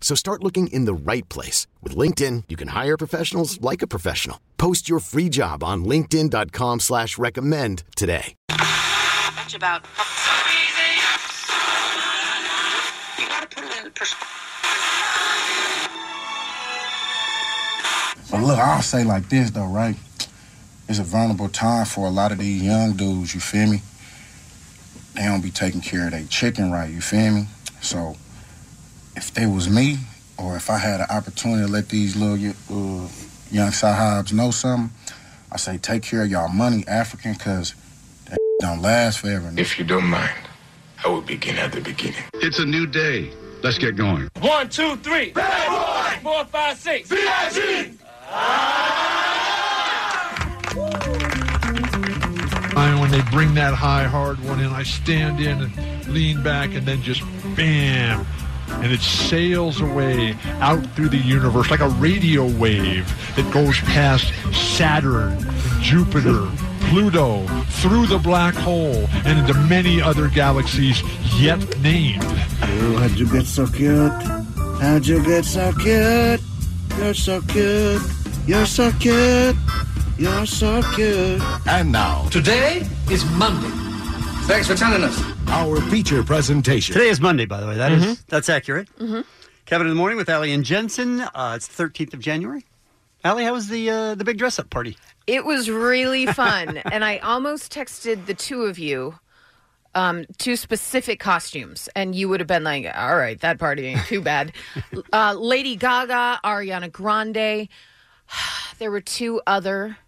So start looking in the right place. With LinkedIn, you can hire professionals like a professional. Post your free job on linkedin.com slash recommend today. Much about. So easy. You gotta put it in perspective. But look, I'll say like this though, right? It's a vulnerable time for a lot of these young dudes, you feel me? They don't be taking care of their chicken right, you feel me? So if they was me, or if I had an opportunity to let these little y- uh, young sahabs know something, I say take care of y'all money, African, cause that don't last forever. If you don't mind, I will begin at the beginning. It's a new day. Let's get going. One, two, three. Bad boy. Four, five, six. VIG. Ah. And when they bring that high, hard one in, I stand in and lean back, and then just bam. And it sails away out through the universe like a radio wave that goes past Saturn, Jupiter, Pluto, through the black hole, and into many other galaxies yet named. Oh, How'd you get so cute? How'd you get so cute? You're so cute. You're so cute. You're so cute. And now, Today is Uh-huh. Monday. Thanks for telling us. our feature presentation. Today is Monday, by the way. That is Mm-hmm. that's accurate. Kevin in the morning with Allie and Jensen. Uh, it's the thirteenth of January. Allie, how was the uh, the big dress up party? It was really fun, and I almost texted the two of you um, two specific costumes, and you would have been like, "All right, that party ain't too bad." uh, Lady Gaga, Ariana Grande. there were two other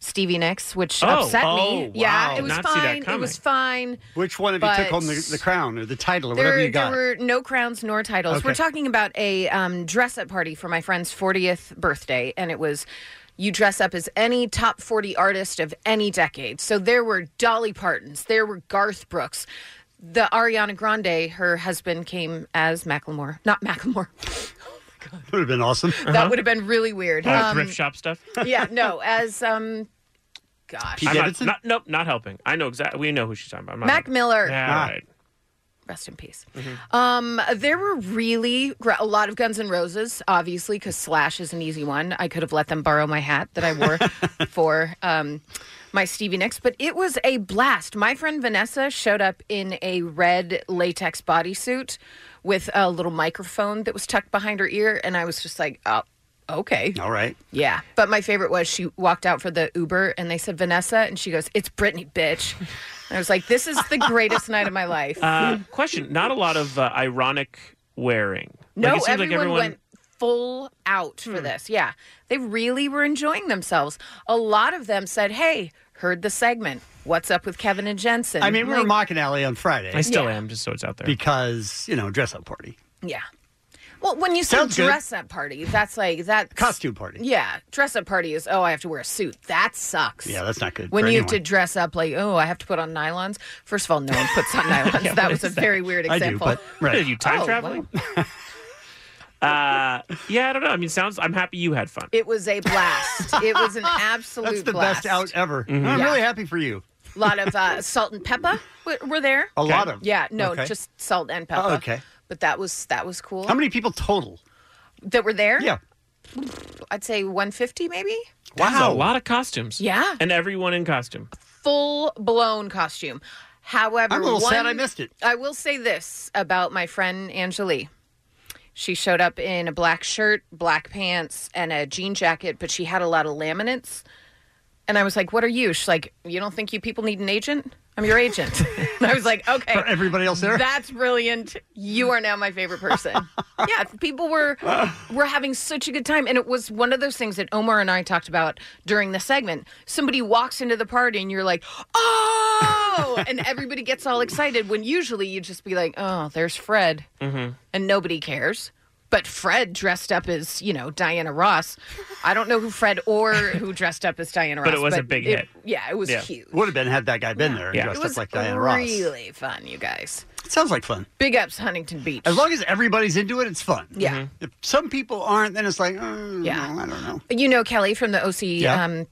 Stevie Nicks, which Oh. upset Oh, me. wow. Yeah, it was Not see that fine. It coming. was fine. Which one of you took But- home the, the crown or the title or There, whatever you got? there were no crowns nor titles. We're Okay. talking about a um, dress up party for my friend's 40th birthday, and it was you dress up as any top 40 artist of any decade. So there were Dolly Partons, there were Garth Brooks. The Ariana Grande, her husband came as Macklemore, not Macklemore. Would have been awesome. That would have been really weird. Uh, Um, thrift shop stuff. yeah, no, as um, gosh, I'm not, not, nope, not helping. I know exactly. We know who she's talking about. I'm not Mac helping. Miller. Yeah, Ah. right. Mm-hmm. Rest in peace. Um, there were really gr- a lot of Guns N' Roses, obviously, because Slash is an easy one. I could have let them borrow my hat that I wore for um, my Stevie Nicks, but it was a blast. My friend Vanessa showed up in a red latex bodysuit with a little microphone that was tucked behind her ear, and I was just like, oh, okay. All right. Yeah. But my favorite was she walked out for the Uber and they said Vanessa and she goes, It's Brittany, bitch. And I was like, This is the greatest night of my life. Uh, question: Not a lot of uh, ironic wearing. no, like, it seems everyone, like everyone went full out for this. Yeah. They really were enjoying themselves. A lot of them said, Hey, heard the segment. What's up with Kevin and Jensen? I mean, we were Like, mocking Allie on Friday. I still Yeah. am, just so it's out there. Because you know, dress up party, Yeah. Well, when you say Sounds good. dress up party, that's like that costume party. Yeah. Dress up party is, oh, I have to wear a suit. That sucks. Yeah, that's not good. when for you have to anyone. dress up like oh i have to put on nylons first of all no one puts on nylons Yeah, that what was a is that? very weird I do, example but- Right. What are you, time Oh, traveling? well, Uh, yeah, I don't know. I mean, sounds. I'm happy you had fun. it was a blast it was an absolute That's the blast best out ever. Mhm. I'm Yeah. really happy for you. a lot of uh, salt and pepper were, were there A lot of- yeah no okay. just salt and pepper Oh, okay. but that was that was cool How many people total? that were there Yeah. i'd say 150 maybe Wow, a lot of costumes. Yeah. and everyone in costume. full blown costume however I'm a little one- sad I missed it. i will say this about my friend angelique She showed up in a black shirt, black pants, and a jean jacket, but she had a lot of laminates. And I was like, What are you? She's like, You don't think you people need an agent? I'm your agent. and I was like, Okay. For everybody else there? That's brilliant. You are now my favorite person. yeah. People were were having such a good time. And it was one of those things that Omar and I talked about during the segment. Somebody walks into the party and you're like, Oh and everybody gets all excited when usually you'd just be like, Oh, there's Fred Mm-hmm. and nobody cares. But Fred dressed up as, you know, Diana Ross. I don't know who Fred or who dressed up as Diana Ross. But it was a big it- hit. Yeah, it was huge. Would have been had that guy been there and Yeah. dressed It was up like Diana Ross. Really fun, you guys. It sounds like fun. Big ups Huntington Beach. As long as everybody's into it, it's fun. Yeah. Mm-hmm. If some people aren't, then it's like, oh, Yeah. I don't know. You know Kelly from the OC. Yeah. Um,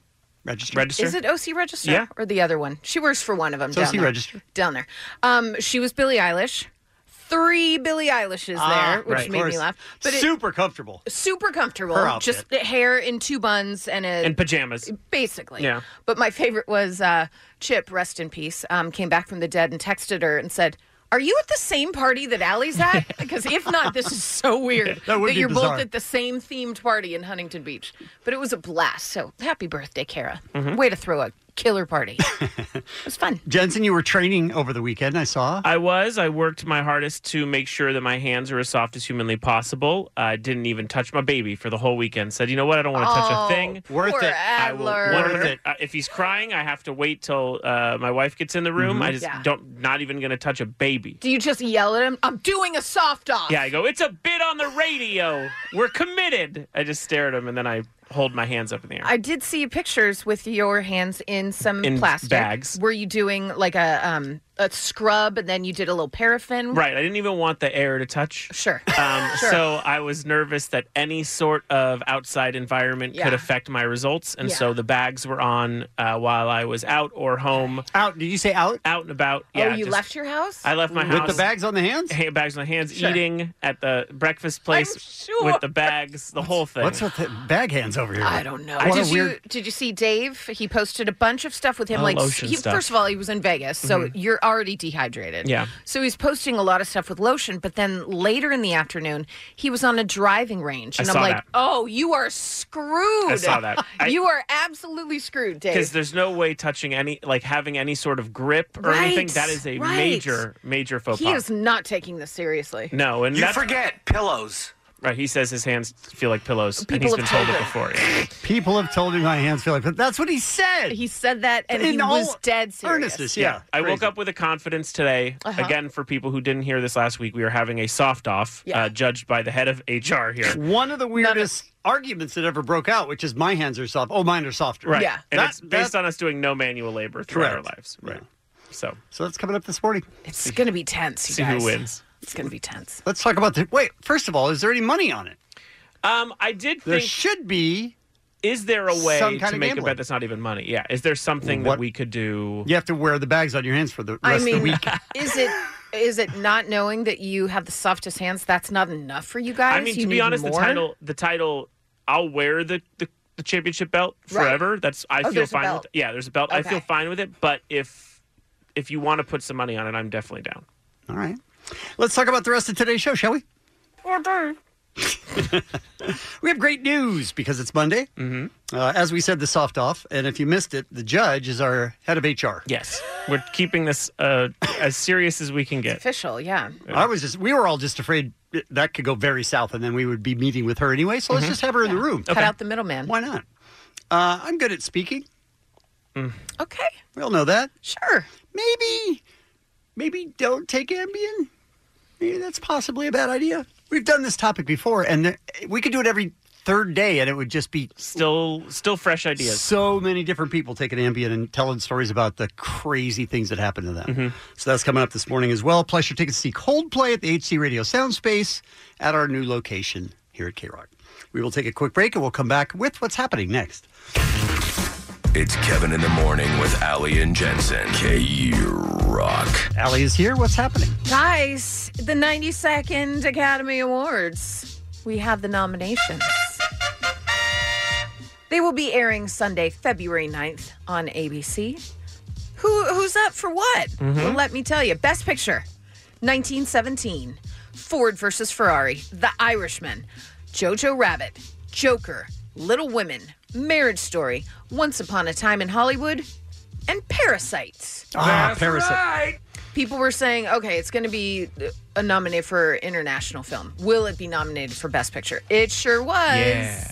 Register. Is it OC Register Yeah. or the other one? She works for one of them. It's down OC there. Register. Down there. Um, she was Billie Eilish. Three Billie Eilishes Ah, there, which right, of made me course. laugh. But it- Super comfortable. super comfortable. Her outfit. Just the hair in two buns and a And pajamas. basically. Yeah. But my favorite was uh, Chip, rest in peace, um, came back from the dead and texted her and said. Are you at the same party that Allie's at? Because if not, this is so weird That would be you're bizarre. both at the same themed party in Huntington Beach. But it was a blast. So happy birthday, Kara. Mm-hmm. Mhm. Way to throw a killer party. it was fun. Jensen, you were training over the weekend, I saw. I was. I worked my hardest to make sure that my hands are as soft as humanly possible. I didn't even touch my baby for the whole weekend. Said, you know what? I don't want to touch a thing. Worth Oh, poor it. I will Adler. wonder- uh, if he's crying, I have to wait till uh, my wife gets in the room. Mhm. I just Yeah. don't. Not even going to touch a baby. Do you just yell at him? I'm doing a soft off. Yeah, I go. It's a bit on the radio. We're committed. I just stare at him and then I hold my hands up in the air. I did see pictures with your hands in some In plastic bags. Were you doing like a um a scrub and then you did a little paraffin? Right. I didn't even want the air to touch. Sure. Um, Sure. So I was nervous that any sort of outside environment Yeah. could affect my results. And Yeah. so the bags were on uh, while I was out or home. Out? Did you say out? Out and about. Yeah. oh, you just- left your house? I left my With the house. bags on the hands? Ha- bags on the hands, Sure. eating at the breakfast place sure. with the bags, the whole thing. What's with the bag hands over here? I don't know. What did a you weird... did you see Dave? He posted a bunch of stuff with him. Oh, like lotion he, stuff. first of all, he was in Vegas, so Mhm. you're already dehydrated. Yeah. So he's posting a lot of stuff with lotion, but then later in the afternoon, he was on a driving range, I and saw I'm like, that. oh, you are screwed. I saw that. I- you are absolutely screwed, Dave. Because there's no way touching any, like having any sort of grip or Right, anything. That is a right. major, major faux He pas. is not taking this seriously. No, and You forget pillows. Right, he says his hands feel like pillows, and People he's have been told told it him. before. yeah. People have told me my hands feel like, but that's what he said. He said Oh. that, and In he all was dead serious. earnestness, yeah. I woke up with a confidence today. Uh-huh. Again, for people who didn't hear this last week, we were having a soft off, uh, judged by the head of HR here. One of the weirdest arguments that ever broke out, which is my hands are soft. Oh, mine are softer. Right. And That- it's based on us doing no manual labor throughout our lives. Right. So So that's coming up this morning. It's going to be tense. You See who guys. wins. It's going to be tense. Let's talk about the. Wait, first of all, is there any money on it? Um, I did There think- should be. Is there a way Some kind to of make a gambling. bet that's not even money? Yeah. Is there something that we could do? You have to wear the bags on your hands for the rest I of mean, the week. is it is it not knowing that you have the softest hands? That's not enough for you guys. I mean, You to be need honest, more? the title, the title, I'll wear the the, the championship belt Right. forever. That's I Oh, feel there's a fine. belt. With, yeah, there's a belt. I feel Okay. fine with it. But if if you want to put some money on it, I'm definitely down. All right. Let's talk about the rest of today's show, shall we? We have great news because it's Monday. Mm-hmm. Uh, as we said, the soft off. And if you missed it, the judge is our head of HR. Yes. We're keeping this uh, as serious as we can get. official, yeah. I was just, we were all just afraid that could go very south and then we would be meeting with her anyway. So Mm-hmm. let's just have her in the room. Cut out the middleman. Why not? Uh, I'm good at speaking. Okay. We all know that. Sure. Maybe, maybe don't take Ambien. Maybe that's possibly a bad idea. We've done this topic before, and there, we could do it every third day, and it would just be still still fresh ideas. So many different people taking Ambien and telling stories about the crazy things that happened to them. So that's coming up this morning as well. Plus, your tickets to see Coldplay at the HC Radio Sound Space at our new location here at K Rock. We will take a quick break, and we'll come back with what's happening next. It's Kevin in the morning with Ali and Jensen. K Rock. Ali is here. What's happening? Guys, the 92nd Academy Awards. We have the nominations. They will be airing Sunday, February 9th on ABC. Who who's up for what? Mhm. Well, let me tell you. Best Picture, 1917, Ford versus Ferrari, The Irishman, Jojo Rabbit, Joker, Little Women, Marriage Story, Once Upon a Time in Hollywood, and Parasites. Ah, Parasite. People were saying, okay, it's going to be a nominee for international film. Will it be nominated for Best Picture? It sure was. Yeah.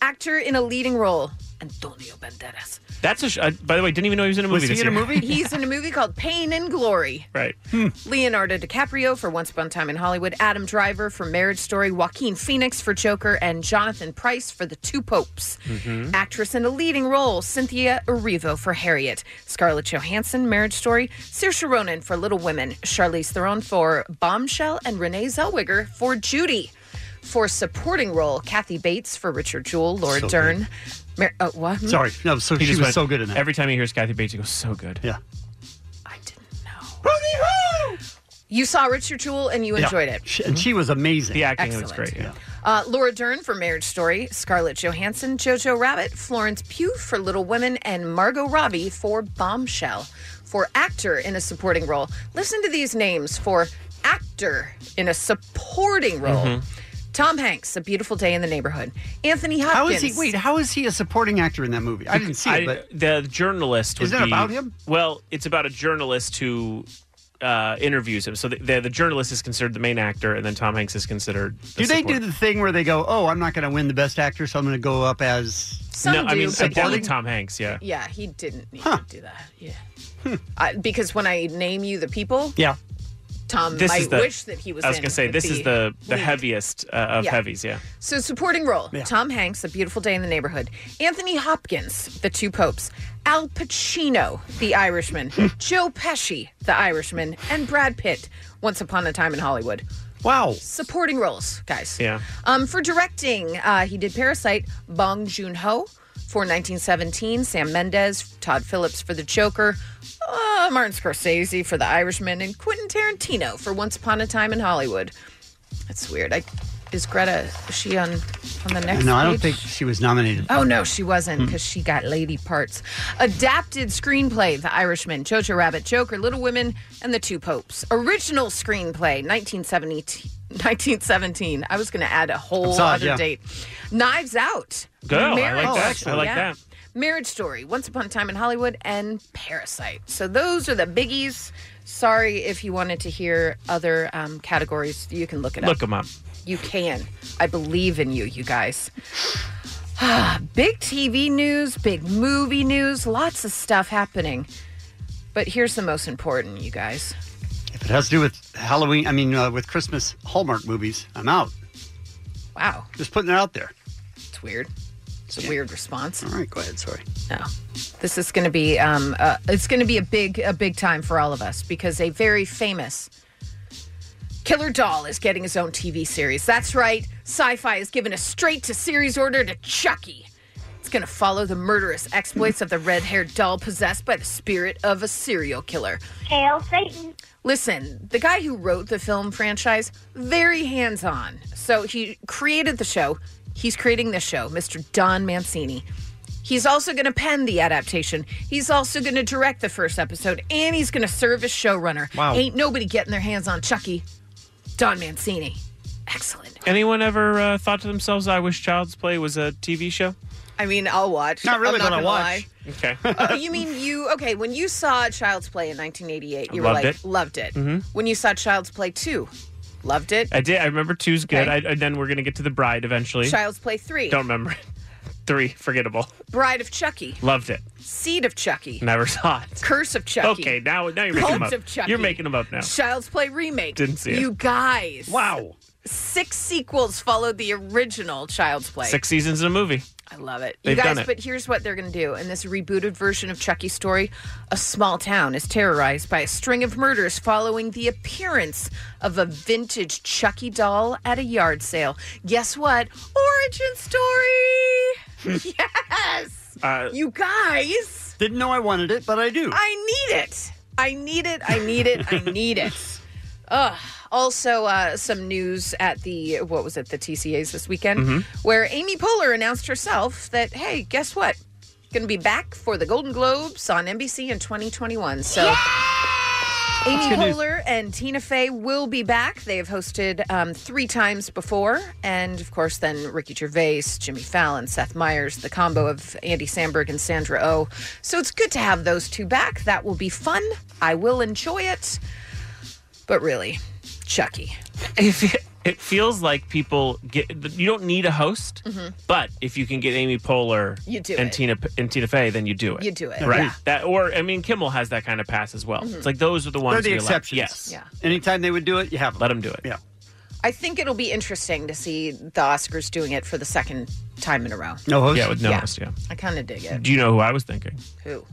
Actor in a leading role, Antonio Banderas. That's a. Sh- I, by the way, didn't even know he was in a movie. this year. He's in a movie called Pain and Glory. right. Hmm. Leonardo DiCaprio for Once Upon a Time in Hollywood, Adam Driver for Marriage Story, Joaquin Phoenix for Joker, and Jonathan Price for The Two Popes. Mm-hmm. Actress in a leading role, Cynthia Erivo for Harriet, Scarlett Johansson, Marriage Story, Saoirse Ronan for Little Women, Charlize Theron for Bombshell, and Renee Zellweger for Judy. For supporting role, Kathy Bates for Richard Jewell, Laura So Dern. good. Mar- uh, what? no. So He she just was went- so good in that. Every time he hears Kathy Bates, he goes, "So good." Yeah. You saw Richard Jewell and you Yeah. enjoyed it. She, and she was amazing. The acting was Excellent. great. Yeah. Uh, Laura Dern for Marriage Story, Scarlett Johansson, Jojo Rabbit, Florence Pugh for Little Women, and Margot Robbie for Bombshell. For actor in a supporting role, listen to these names for actor in a supporting role. Mm-hmm. Mhm. Tom Hanks, A Beautiful Day in the Neighborhood. Anthony Hopkins. How is he? Wait, how is he a supporting actor in that movie? I didn't see it, but the journalist would Isn't it be- about him? Well, it's about a journalist who uh, interviews him. So the, the the journalist is considered the main actor, and then Tom Hanks is considered. The do they support. do the thing where they go, "Oh, I'm not going to win the best actor, so I'm going to go up as"? Some no, I do, mean but I doubt he- Tom Hanks. Yeah. Yeah, he didn't need to do that. Yeah. I, because when I name you the people, Hmm. Yeah. Tom This might is the. Um, wish that he was I was in gonna say with this is the the lead. heaviest uh, of Yeah. heavies. Yeah. So, supporting role Yeah. Tom Hanks, A Beautiful Day in the Neighborhood. Anthony Hopkins, The Two Popes. Al Pacino, The Irishman. Hmm. Joe Pesci, The Irishman. And Brad Pitt, Once Upon a Time in Hollywood. Wow. Supporting roles, guys. Yeah. Um, for directing, uh, he did Parasite, Bong Joon Ho. For 1917, Sam Mendes, Todd Phillips for The Joker, uh, Martin Scorsese for The Irishman, and Quentin Tarantino for Once Upon a Time in Hollywood. That's weird. I, is Greta is she on on the next? no, I don't page? think she was nominated. Oh no, she wasn't Hmm. because she got lady parts. Adapted screenplay: The Irishman, Jojo Rabbit, Joker, Little Women, and The Two Popes. Original screenplay: 1970, 1917. I was going to add a whole Sorry, other yeah. date. Knives Out. Go, I like that. I Story, like that. Marriage Story, Once Upon a Time in Hollywood, and Parasite. So those are the biggies. Sorry if you wanted to hear other um, categories. You can look it up. Look him up. You can. I believe in you, you guys. big TV news, big movie news, lots of stuff happening. But here's the most important, you guys. If it has to do with Halloween, I mean, uh, with Christmas Hallmark movies, I'm out. Wow. Just putting it out there. It's weird. It's a weird response. All right, go ahead. Sorry. No. This is going to be um, uh, it's going to be a big a big time for all of us because a very famous Killer Doll is getting his own TV series. That's right. Sci-Fi is giving a straight to series order to Chucky. It's going to follow the murderous exploits of the red-haired doll possessed by the spirit of a serial killer. Hail Satan. Listen, the guy who wrote the film franchise, very hands on. So he created the show. He's creating this show, Mr. Don Mancini. He's also going to pen the adaptation. He's also going to direct the first episode, and he's going to serve as showrunner. Wow. Ain't nobody getting their hands on Chucky. Don Mancini. Excellent. Anyone ever uh, thought to themselves, "I wish Child's Play was a TV show"? I mean, I'll watch. Not really I'm not gonna gonna watch. Okay. lie. Uh, you mean you? Okay, when you saw Child's Play in 1988, you Loved were like, it. loved it. Mhm. When you saw Child's Play 2, loved it. I did. I remember two's good. Okay. I, and then we're gonna get to the bride eventually. Child's Play 3. Don't remember. it. Three, forgettable. Bride of Chucky, Loved it. Seed of Chucky, Never saw it. Curse of Chucky. Okay, now now you're making them Cult up. of Chucky. You're making them up now. Child's Play remake. Didn't see it. You guys. Wow. Six sequels followed the original Child's Play. Six seasons in a movie. I love it. They've you guys, done it. but here's what they're going to do. In this rebooted version of Chucky's story, a small town is terrorized by a string of murders following the appearance of a vintage Chucky doll at a yard sale. Guess what? Origin story! yes! Uh, you guys! Didn't know I wanted it, but I do. I need it. I need it. I need it. I need it. Ugh. Also, uh, some news at the what was it the TCAs this weekend, Mm-hmm. Mhm. where Amy Poehler announced herself that hey, guess what, going to be back for the Golden Globes on NBC in 2021. So. Amy That's good news. Poehler and Tina Fey will be back. They have hosted um, three times before. And of course, then Ricky Gervais, Jimmy Fallon, Seth Meyers, the combo of Andy Samberg and Sandra Oh. So it's good to have those two back. That will be fun. I will enjoy it. But really, Chucky. If It feels like people get. You don't need a host, Mhm. but if you can get Amy Poehler You do and it. Tina and Tina Fey, then you do it. You do it. right? Yeah. That or I mean, Kimmel has that kind of pass as well. Mhm. It's like those are the ones They're the we allow- exceptions. Yes. Yeah. Anytime they would do it, you have them. Let them do it. Yeah. I think it'll be interesting to see the Oscars doing it for the second time in a row. No host? Yeah, with no host, yeah. I kind of dig it. Do you know who I was thinking? Who?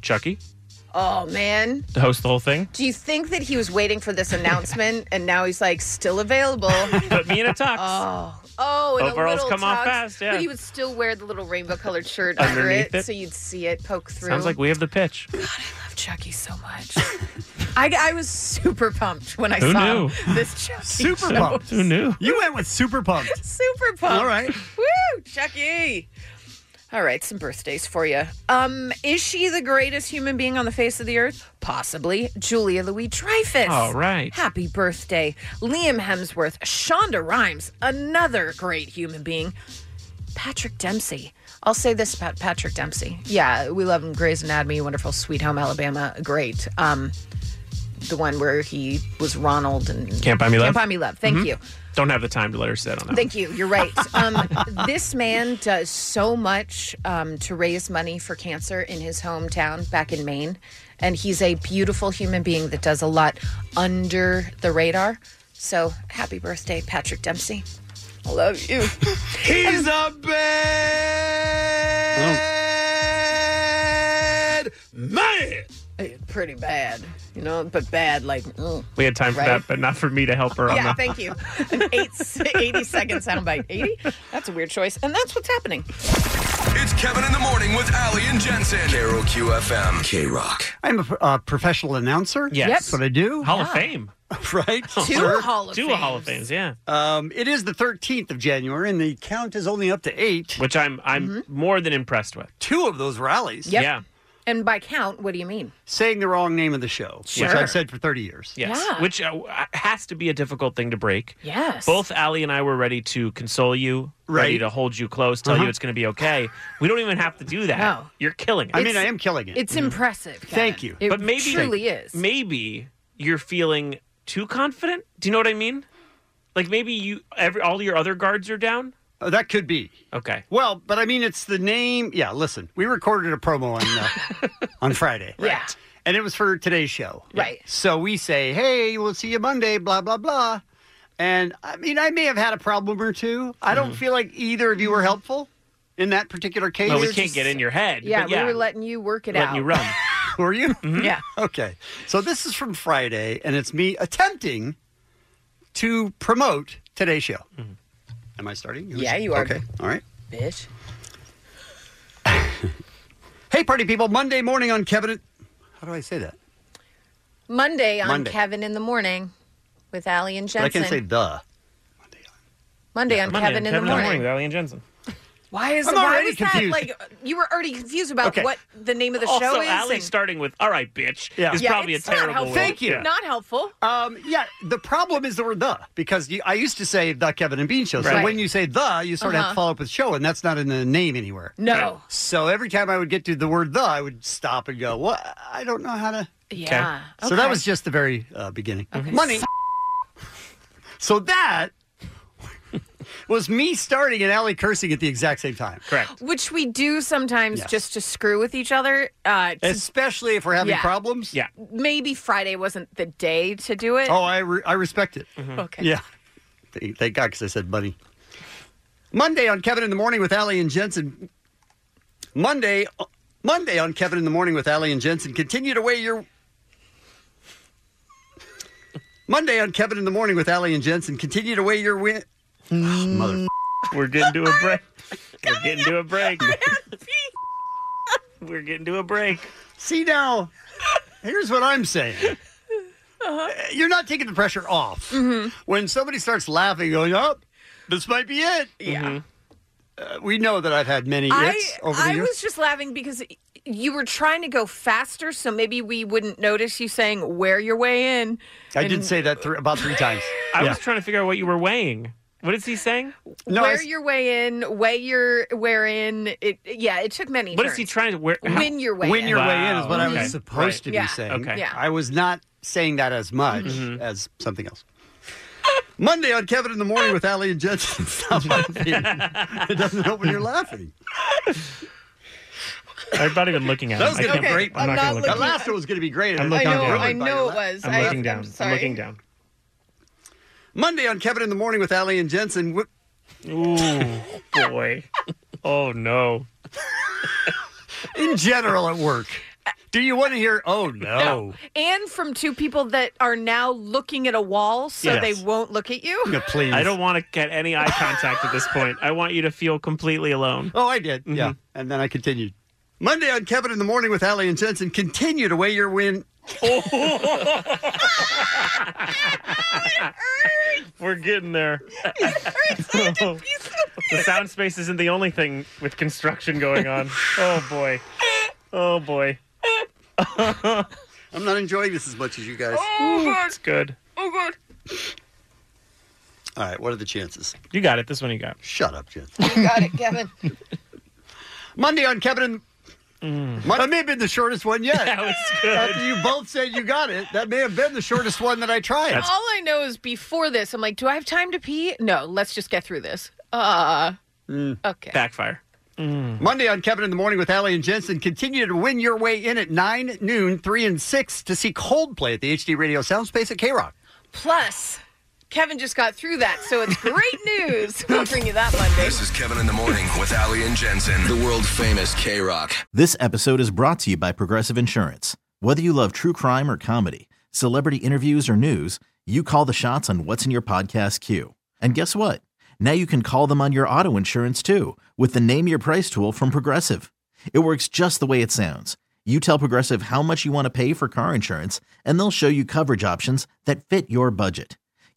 Chucky Oh man. to host the whole thing. Do you think that he was waiting for this announcement and now he's like still available? Put me in a tux. Oh, oh, and Overalls a little come off tux, fast, yeah. But he would still wear the little rainbow-colored shirt under Underneath it, it. so you'd see it poke through. Sounds like we have the pitch. I love Chucky so much. I, I was super pumped when I Who saw knew? this Chucky. Super show. pumped. Who knew? You went with super pumped. Super pumped. All right. Woo, Chucky. All right, some birthdays for you. Um, is she the greatest human being on the face of the earth? Possibly. Julia Louis Dreyfus. All right. Happy birthday. Liam Hemsworth, Shonda Rhimes, another great human being. Patrick Dempsey. I'll say this about Patrick Dempsey. Yeah, we love him. Grey's Anatomy, wonderful. Sweet Home Alabama, great. Um, the one where he was Ronald and Can't buy me love. Can't buy me love. Thank Mhm. you. Don't have the time to let her sit on that. Thank you. You're right. Um, this man does so much um, to raise money for cancer in his hometown back in Maine. And he's a beautiful human being that does a lot under the radar. So happy birthday, Patrick Dempsey. I love you. He's a bad man. Pretty bad, you know, but bad like. mm. We had time for Right? that, but not for me to help her on Yeah, the thank you. An eight, 80 second soundbite. 80? That's a weird choice. And that's what's happening. It's Kevin in the Morning with Ali and Jensen. Carol QFM. K Rock. I'm a uh, professional announcer. Yes. Yep. That's what I do. Hall of Fame. right? Two Sure. Hall of Two Fames. Hall of Fames, yeah. Um, it is the 13th of January, and the count is only up to eight. Mm-hmm. Which I'm I'm more than impressed with. Two of those rallies. Yep. Yeah. And by count, what do you mean? Saying the wrong name of the show, which Sure. I've said for 30 years. Yes, Yeah. which uh, has to be a difficult thing to break. Yes. Both Ali and I were ready to console you, ready Right. Uh-huh. to hold you close, tell you it's going to be okay. We don't even have to do that. No. You're killing it. I mean, I am killing it. It's impressive. Kevin. Thank you. It but maybe truly is. Maybe you're feeling too confident. Do you know what I mean? Like maybe you every all your other guards are down. Uh, that could be. Okay. Well, but I mean, it's the name. Yeah, listen, we recorded a promo on uh, on Friday. Yeah. And it was for today's show. Right. So we say, hey, we'll see you Monday, blah, blah, blah. And I mean, I may have had a problem or two. I Mm-hmm. don't feel like either of you were helpful in that particular case. Well, we can't get in your head. Yeah, but yeah we were letting you work it letting out. you run. Mm-hmm. Were you? Yeah. Okay. So this is from Friday, and it's me attempting to promote today's show. Mm-hmm. Am I starting? Yeah, you are. Okay. All right. Bitch. Hey, party people! Monday morning on Kevin. How do I say that? Monday on Monday. Kevin in the morning with Allie and But Jensen. I can say the. Monday on Monday, Kevin in the Kevin morning. with Ali and Jensen. Why is I'm why already was that confused. like you were already confused about Okay. what the name of the also, show is? Ali and- starting with "All right, bitch" Yeah. is yeah, probably it's a not terrible. helpful. way. Thank you. Yeah. Not helpful. Um, yeah, the problem is the word the because you, I used to say the Kevin and Bean show. So Right. when you say the, you sort of have Uh-huh. to follow up with show, and that's not in the name anywhere. No. So every time I would get to the word the, I would stop and go, "What? I don't know how to." Yeah. So that Okay. was just the very uh, beginning. Money. So that was me starting and Allie cursing at the exact same time. Correct. which we do sometimes Yes. just to screw with each other. Uh, to- Especially if we're having Yeah. problems. Yeah. maybe Friday wasn't the day to do it. Oh, I re- I respect it. okay. Yeah. Thank thank God, because I said money. Monday on Kevin in the Morning with Allie and Jensen. Monday, Monday on Kevin in the Morning with Allie and Jensen. Continue to weigh your. Monday on Kevin in the Morning with Allie and Jensen. Continue to weigh your win. Mm. Mother. Mm. We're getting to a break. We're getting to a break. We're getting to a break. See now, here's what I'm saying. Uh-huh. Eh, You're not taking the pressure off. Mm-hmm. When somebody starts laughing, going, "Oh, this might be it." Yeah. Mm-hmm. Uh, we know that I've had many I, hits over the I years. was just laughing because you were trying to go faster, so maybe we wouldn't notice you saying "wear your way in." I did say that thr- about three times. I Yeah. was trying to figure out what you were weighing. What is he saying? No, I wear s- your way in. Weigh your wear in. It. Yeah. It took many. What is he turns. trying to wear? how- Win your way. win in. your Wow, way in is what I okay. was supposed Right. to be Yeah. saying. Mm-hmm. Okay. Yeah. I was not saying that as much as something else. Monday on Kevin in the Morning with Ali and Jensen. Stop laughing. It doesn't help when you're laughing. I'm not even looking at That it. was I gonna be can't- great. I'm, not, I'm not going to looking- That last one was going to be great. I'm I looking know, down. I know it was. I'm I- looking down. I'm I'm, sorry. looking down. Monday on Kevin in the Morning with Ali and Jensen. Ooh, boy. Oh, no. In general, at work. Do you want to hear? Oh, no. And from two people that are now looking at a wall so Yes. they won't look at you. please. I don't want to get any eye contact at this point. I want you to feel completely alone. Mm-hmm. Oh, I did. Yeah. And then I continued. Monday on Kevin in the Morning with Ali and Jensen. Continue to weigh your win. We're getting there. the sound space isn't the only thing with construction going on. Oh boy. Oh boy. I'm not enjoying this as much as you guys. Ooh, it's good. Oh, God. All right. What are the chances? You got it. This one you got. Shut up, Jensen. You got it, Kevin. Monday on Kevin. Mm. That may have been the shortest one yet. That was good. After you both said you got it, that may have been the shortest one that I tried. All I know is before this, I'm like, do I have time to pee? No, let's just get through this. Uh, Mm. okay. Backfire. mm. Monday on Kevin in the Morning with Allie and Jensen. Continue to win your way in at 9, noon, 3, and 6 to see Coldplay at the HD Radio Soundspace at K Rock. Plus, Kevin just got through that, so it's great news. We'll bring you that Monday. This is Kevin in the Morning with Ali and Jensen, the world famous K Rock. This episode is brought to you by Progressive Insurance. Whether you love true crime or comedy, celebrity interviews or news, you call the shots on what's in your podcast queue. And guess what? Now you can call them on your auto insurance too with the Name Your Price tool from Progressive. It works just the way it sounds. You tell Progressive how much you want to pay for car insurance, and they'll show you coverage options that fit your budget.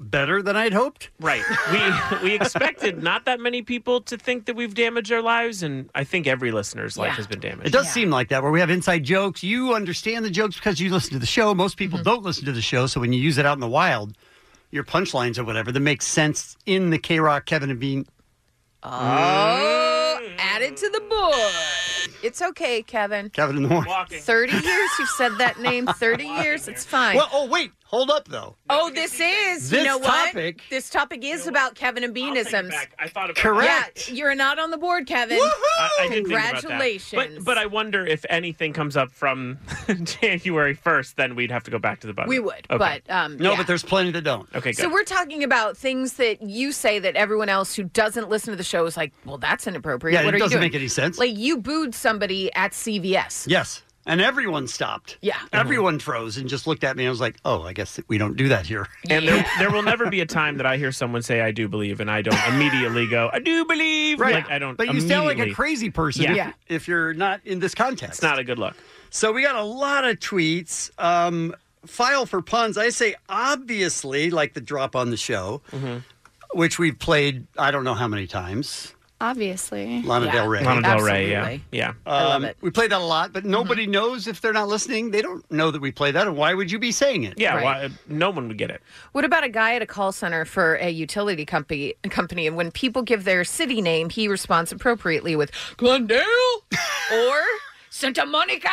better than I'd hoped. Right. We we expected not that many people to think that we've damaged our lives, and I think every listener's life has been damaged. It does seem like that, where we have inside jokes. You understand the jokes because you listen to the show. Most people Mm-hmm. don't listen to the show, so when you use it out in the wild, your punchlines or whatever that makes sense in the K Rock Kevin and Bean. Uh, Oh, add it to the book. It's okay, Kevin. Kevin in the morning. Walking. 30 years you've said that name. 30 years, it's fine. Well, oh wait, hold up though. oh, this is, This you know what? topic- This topic is about Kevin and Beanisms. I thought about Correct. Yeah, you're not on the board, Kevin. I, I did think about that. Congratulations. But, but I wonder if anything comes up from January 1st, then we'd have to go back to the button. We would, Okay. but um, No, yeah. but there's plenty that don't. Okay, good. So we're talking about things that you say that everyone else who doesn't listen to the show is like, well, that's inappropriate. Yeah, what it are doesn't you doing? make any sense. Like you booed somebody at CVS. Yes. And everyone stopped. Yeah. Everyone froze and just looked at me. I was like, oh, I guess that we don't do that here. And there, there will never be a time that I hear someone say "I do believe" and I don't immediately go "I do believe." Right. Like I don't. But you sound like a immediately. crazy person Yeah. if- Yeah. If, you're not in this context. It's not a good look. So we got a lot of tweets. Um, file for puns. I say obviously, like the drop on the show, Mm-hmm. which we've played I don't know how many times. Obviously. Lana Del Rey. Lana Del Rey. Yeah. Yeah. I love it. Mm-hmm. We play that a lot, but nobody knows if they're not listening. They don't know that we play that, and why would you be saying it? Yeah, Right. why, no one would get it. What about a guy at a call center for a utility company? Company, and when people give their city name, he responds appropriately with Glendale or Santa Monica.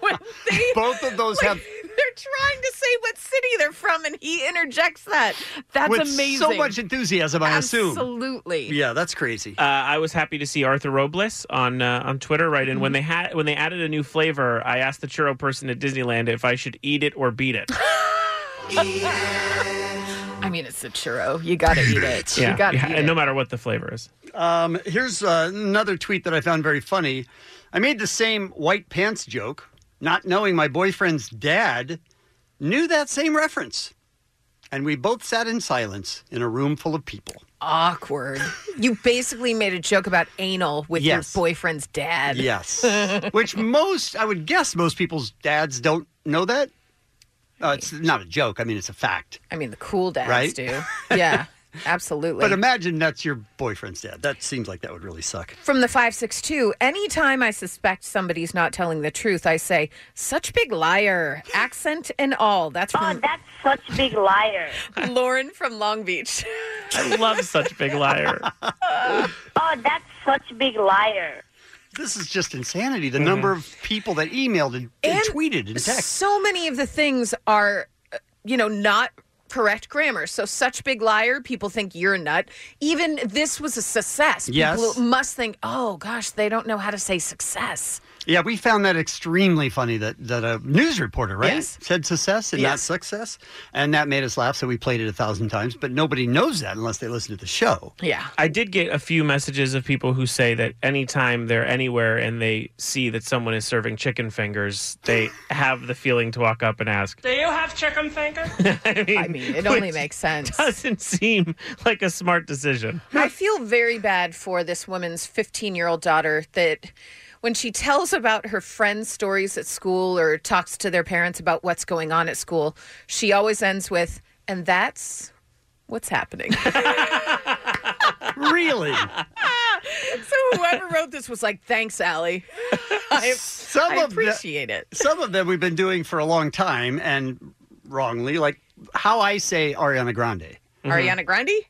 when they, Both of those have they're trying to say what city they're from, and he interjects that. That's with amazing. so much enthusiasm. I assume. Absolutely. Yeah, that's crazy. Uh, I was happy to see Arthur Robles on uh, on Twitter. Right, and Mm-hmm. when they had when they added a new flavor, I asked the churro person at Disneyland if I should eat it or beat it. I mean, it's a churro. You got to eat it. Yeah, You got to yeah, eat and it. no matter what the flavor is. Um, here's uh, another tweet that I found very funny. I made the same white pants joke, not knowing my boyfriend's dad knew that same reference. and we both sat in silence in a room full of people. Awkward. you basically made a joke about anal with Yes. your boyfriend's dad. Yes. Which most, I would guess, most people's dads don't know that. Uh, it's not a joke. I mean, it's a fact. I mean, the cool dads Right? do. Yeah, absolutely. But imagine that's your boyfriend's dad. That seems like that would really suck. From the 562, anytime I suspect somebody's not telling the truth, I say, such big liar, accent and all. Oh, That's from. that's such big liar. Lauren from Long Beach. I love such big liar. Oh, that's such big liar. This is just insanity. Mm-hmm. The number of people that emailed and, and tweeted and texted. So many of the things are, uh, you know, not correct grammar. So such big liar, people think you're a nut. Even this was a success. Yes. People must think, oh gosh, they don't know how to say success. Yeah, we found that extremely funny that, that a news reporter, right? Yes. Said success and not Yes. success. And that made us laugh, so we played it a thousand times. But nobody knows that unless they listen to the show. Yeah. I did get a few messages of people who say that anytime they're anywhere and they see that someone is serving chicken fingers, they have the feeling to walk up and ask. Do you have chicken finger? I mean, It only which makes sense. doesn't seem like a smart decision. I feel very bad for this woman's 15 year old daughter that when she tells about her friends' stories at school or talks to their parents about what's going on at school, she always ends with, and that's what's happening. really? so whoever wrote this was like, thanks, Allie. I, I of the- appreciate it. Some of them we've been doing for a long time and wrongly, like how I say Ariana Grande. Mm-hmm. Ariana Grande?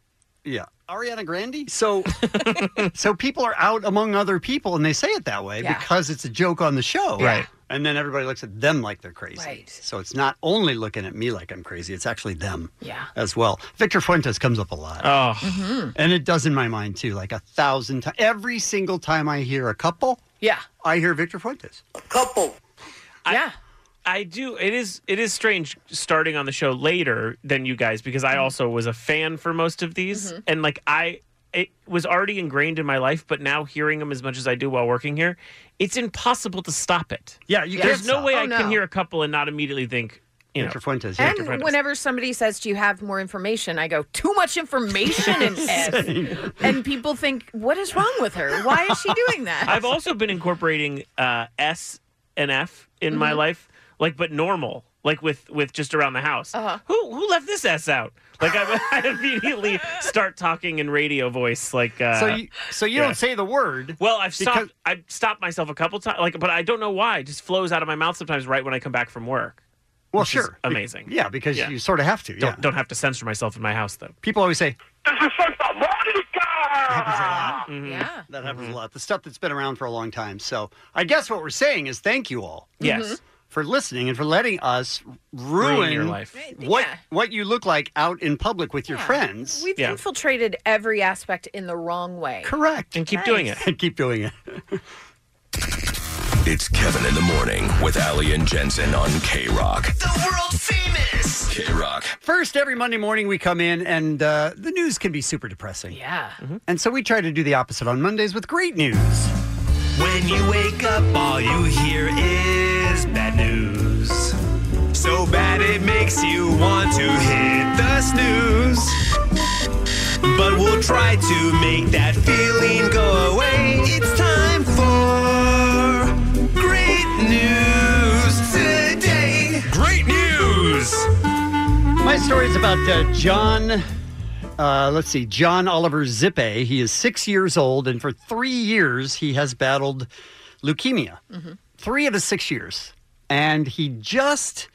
Yeah. Ariana Grande? So so people are out among other people and they say it that way Yeah. because it's a joke on the show. Yeah. Right. And then everybody looks at them like they're crazy. Right. So it's not only looking at me like I'm crazy, it's actually them Yeah. as well. Victor Fuentes comes up a lot. Oh. Mm-hmm. And it does in my mind too, like a thousand times. Every single time I hear a couple, yeah, I hear Victor Fuentes. Couple. Yeah. I do. It is. It is strange starting on the show later than you guys because Mm-hmm. I also was a fan for most of these, and like I, it was already ingrained in my life. But now hearing them as much as I do while working here, it's impossible to stop it. Yeah, you There's can't no stop. way Oh, I no. can hear a couple and not immediately think, you know, Victor Fuentes. yeah. And whenever somebody says, Do you have more information? I go, Too much information in S. and people think, What is wrong with her? Why is she doing that? I've also been incorporating uh, S and F in my Mhm. life, like but normal, like with with just around the house. Uh-huh. Who who left this S out? Like I, I immediately start talking in radio voice. Like uh, So you- so you don't say the word. Well, I've stopped. because- I've stopped myself a couple times. Like, but I don't know why. It just flows out of my mouth sometimes right when I come back from work. Well, which is sure. Be- amazing. yeah, because Yeah. you sort of have to. Yeah. Don't don't have to censor myself in my house though. People always say, Mm-hmm. Yeah. That happens a lot. The stuff that's been around for a long time. So I guess what we're saying is thank you all. Yes. Mhm. For listening and for letting us ruin, Ruin your life. What what you look like out in public with your friends. We've infiltrated every aspect in the wrong way. Correct. And keep doing it. And keep doing it. It's Kevin in the Morning with Ali and Jensen on K Rock. The world famous. K Rock. First, every Monday morning we come in and uh, the news can be super depressing. Yeah. Mm-hmm. And so we try to do the opposite on Mondays with great news. When you wake up, all you hear is bad news. So bad it makes you want to hit the snooze. But we'll try to make that feeling go away. It's time for great news today. Great news! My story is about uh, John. Uh, let's see, John Oliver Zippe. He is six years old, and for three years he has battled leukemia. Mm-hmm. Three of his six years, and he just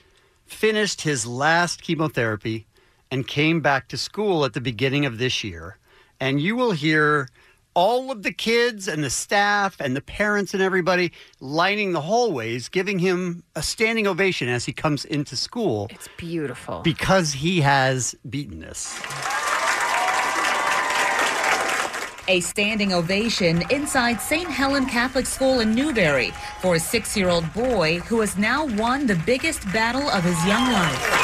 finished his last chemotherapy and came back to school at the beginning of this year. And you will hear all of the kids and the staff and the parents and everybody lining the hallways, giving him a standing ovation as he comes into school Beautiful. because he has beaten this. A standing ovation inside St. Helen Catholic School in Newberry for a six year old boy who has now won the biggest battle of his young life.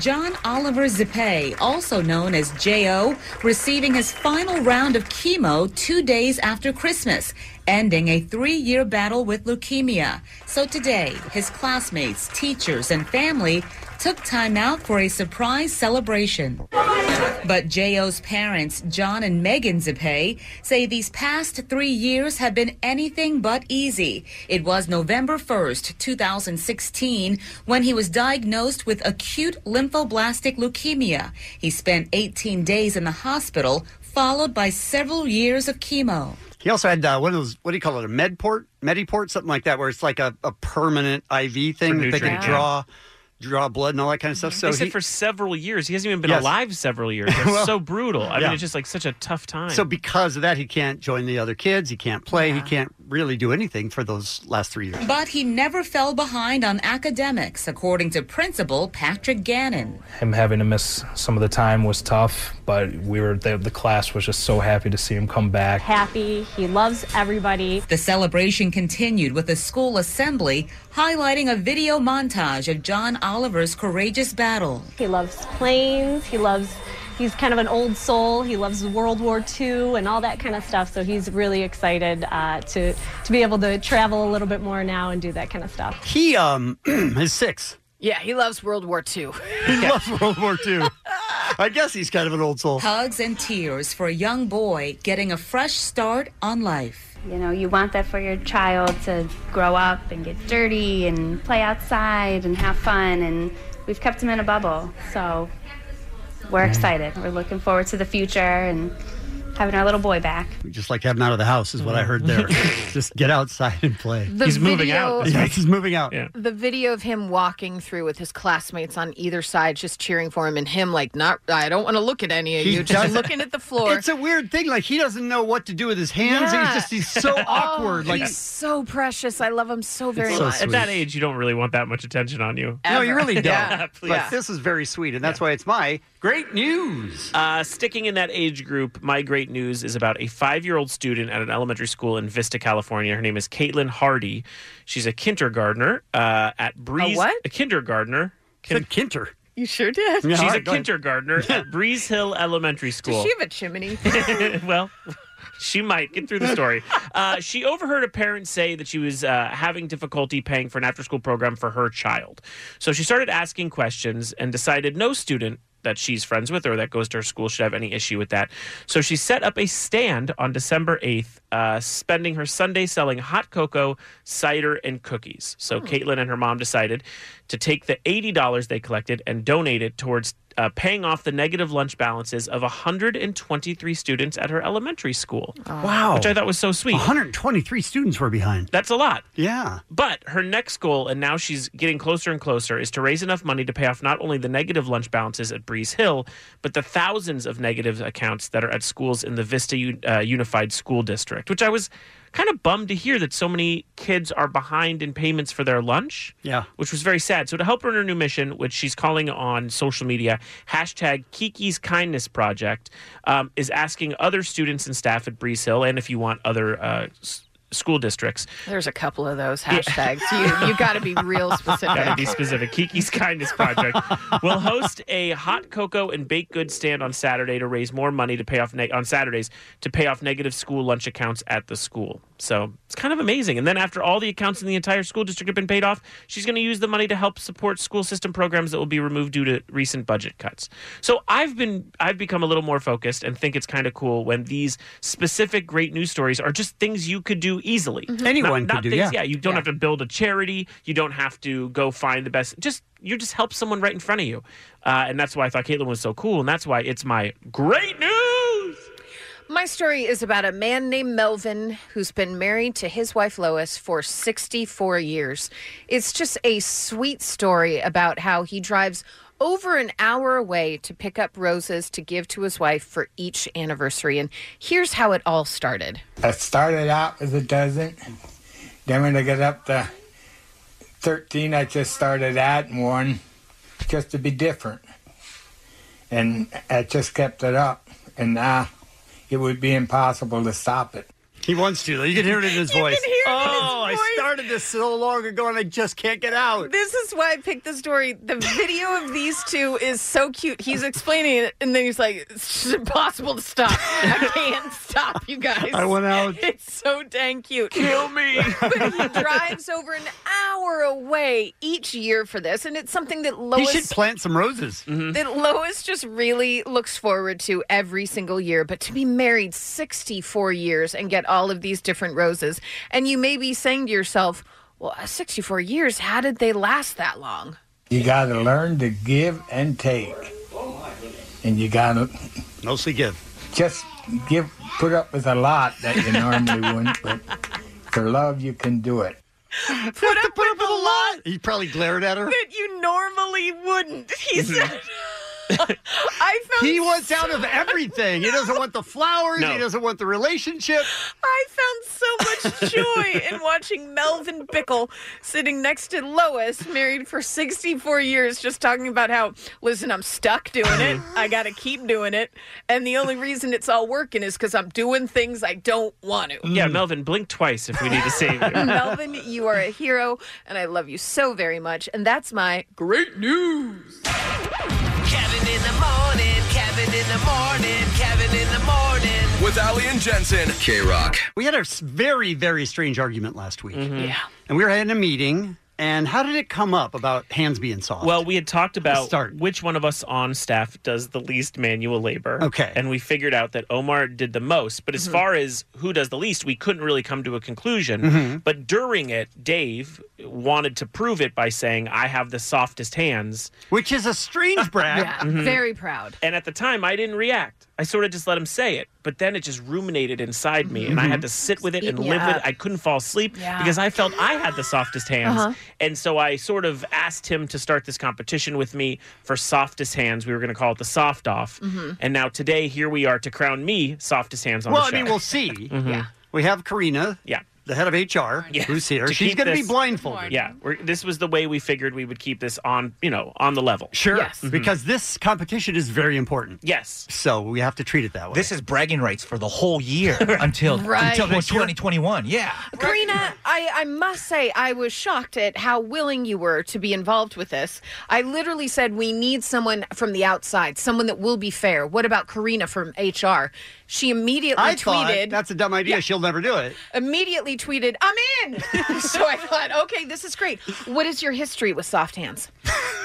John Oliver Zippe, also known as J.O., receiving his final round of chemo two days after Christmas, ending a three year battle with leukemia. So today, his classmates, teachers, and family took time out for a surprise celebration. But J.O.'s parents, John and Megan Zippe, say these past three years have been anything but easy. It was November 1st, 2016, when he was diagnosed with acute lymphoblastic leukemia. He spent 18 days in the hospital, followed by several years of chemo. He also had uh, one of those, what do you call it, a med port, mediport, something like that, where it's like a, a permanent IV thing that they can nutrient, yeah. draw, draw blood and all that kind of stuff. So they said he- for several years. He hasn't even been Yes. alive several years. That's Well, so brutal. I yeah. mean, it's just like such a tough time. So because of that, he can't join the other kids. He can't play. He can't really do anything for those last three years. But he never fell behind on academics, according to principal Patrick Gannon. him having to miss some of the time was tough, but we were the, the class was just so happy to see him come back. Happy, he loves everybody. The celebration continued with a school assembly highlighting a video montage of John Oliver's courageous battle. He loves planes. He loves. He's kind of an old soul. He loves World War II and all that kind of stuff. So he's really excited uh, to to be able to travel a little bit more now and do that kind of stuff. He um is six. Yeah, he loves World War II. He loves World War II. I guess he's kind of an old soul. Hugs and tears for a young boy getting a fresh start on life. You know, you want that for your child to grow up and get dirty and play outside and have fun. And we've kept him in a bubble. So we're excited. We're looking forward to the future and having our little boy back. We just like having him out of the house is what I heard there. just get outside and play. The He's moving out this Yeah, week. he's moving out. The video of him walking through with his classmates on either side, just cheering for him, and him like, "Not, I don't want to look at any of He you." Just doesn't- looking at the floor. It's a weird thing. Like he doesn't know what to do with his hands. Yeah. He's just he's so Oh, awkward. like he's so precious. I love him so very much. at that age, you don't really want that much attention on you. No, you really don't. Yeah, but please. this is very sweet, and that's why it's my great news. Uh, sticking in that age group, my great news is about a five year old student at an elementary school in Vista, California. Her name is Caitlin Hardy. She's a kindergartner uh, at Breeze. what? A kindergartner. Said kinter. You sure did. She's a kindergartner at Breeze Hill Elementary School. Does she have a chimney? well, she might get through the story. Uh, she overheard a parent say that she was uh, having difficulty paying for an after school program for her child. So she started asking questions and decided no student that she's friends with or that goes to her school should have any issue with that. So she set up a stand on December 8th, uh, spending her Sunday selling hot cocoa, cider, and cookies. So Caitlin and her mom decided to take the $80 they collected and donate it towards uh, paying off the negative lunch balances of 123 students at her elementary school. Wow. Which I thought was so sweet. 123 students were behind. That's a lot. Yeah. But her next goal, and now she's getting closer and closer, is to raise enough money to pay off not only the negative lunch balances at Breeze Hill, but the thousands of negative accounts that are at schools in the Vista U- uh, Unified School District, which I was kind of bummed to hear that so many kids are behind in payments for their lunch. Yeah. Which was very sad. So to help her in her new mission, which she's calling on social media, hashtag Kiki's Kindness Project um, is asking other students and staff at Breeze Hill, and if you want other uh, s- school districts, There's a couple of those hashtags. You you got to be real specific. Gotta be specific. Kiki's Kindness Project will host a hot cocoa and baked goods stand on Saturday to raise more money to pay off ne- on Saturdays to pay off negative school lunch accounts at the school. So it's kind of amazing. And then after all the accounts in the entire school district have been paid off, she's going to use the money to help support school system programs that will be removed due to recent budget cuts. So I've been I've become a little more focused and think it's kind of cool when these specific great news stories are just things you could do easily. Mhm. Anyone Not- could do, not things- yeah. yeah, you don't have to build a charity. You don't have to go find the best. Just you just help someone right in front of you, uh, and that's why I thought Caitlin was so cool, and that's why it's my great news. My story is about a man named Melvin who's been married to his wife Lois for 64 years. It's just a sweet story about how he drives over an hour away to pick up roses to give to his wife for each anniversary. And here's how it all started. I started out as a dozen. Then when I got up to 13, I just started adding one just to be different. And I just kept it up. And now it would be impossible to stop it. He wants to. though. You can hear it in his voice. hear it in his oh, I I started this so long ago and I just can't get out. This is why I picked the story. The video of these two is so cute. He's explaining it, and then he's like, "It's impossible to stop. I can't stop, you guys." I went out. It's so dang cute. Kill me. But he drives over an hour away each year for this, and it's something that He Lois should plant some roses. that Lois just really looks forward to every single year. But to be married 64 years and get all of these different roses, and you may be saying to yourself, well, 64 years, how did they last that long? You got to learn to give and take. And you got to. Mostly give. Just give, put up with a lot that you normally wouldn't, but for love, you can do it. Put up, put up with a lot He probably glared at her. that you normally wouldn't. He said, I found Mm-hmm. He wants out of everything. He doesn't want the flowers. He doesn't want the relationship. I found so much joy in watching Melvin Bickle sitting next to Lois, married for 64 years, just talking about how, listen, I'm stuck doing it. I got to keep doing it. And the only reason it's all working is because I'm doing things I don't want to. Yeah, Mm. Melvin, blink twice if we need to save you. Melvin, you are a hero, and I love you so very much. And that's my great news. Kevin in the morning, Kevin in the morning, Kevin in the morning. With Ali and Jensen, K Rock. We had a s- very, very strange argument last week. Yeah. And we were in a meeting. And how did it come up about hands being soft? Well, we had talked about start. which one of us on staff does the least manual labor. Okay. And we figured out that Omar did the most. But as Mm-hmm. Mhm. far as who does the least, we couldn't really come to a conclusion. Mhm. But during it, Dave wanted to prove it by saying, I have the softest hands. Which is a strange brag. Yeah, very proud. And at the time, I didn't react. I sort of just let him say it. But then it just ruminated inside me, and I had to sit with it and Eating live you with it. up. I couldn't fall asleep Mm-hmm. Yeah. because I felt I had the softest hands. Uh-huh. And so I sort of asked him to start this competition with me for softest hands. We were going to call it the soft off. Mm-hmm. Mhm. And now today, here we are to crown me softest hands on Well, the I show. Mm-hmm. mean, we'll see. Yeah. We have Karina, yeah. the head of HR, who's here. To She's keep going to be this- blindfolded. Yeah, we're, this was the way we figured we would keep this on, you know, on the level. Sure. Because this competition is very important. Mm-hmm. Yes. So we have to treat it that way. This is bragging rights for the whole year until Right. until Next year. 2021. Yeah. Karina, I, I must say, I was shocked at how willing you were to be involved with this. I literally said, We need someone from the outside, someone that will be fair. What about Karina from HR? She immediately I thought tweeted, that's a dumb idea. She'll never do it. immediately tweeted, I'm in. so I thought, Okay, this is great. What is your history with soft hands?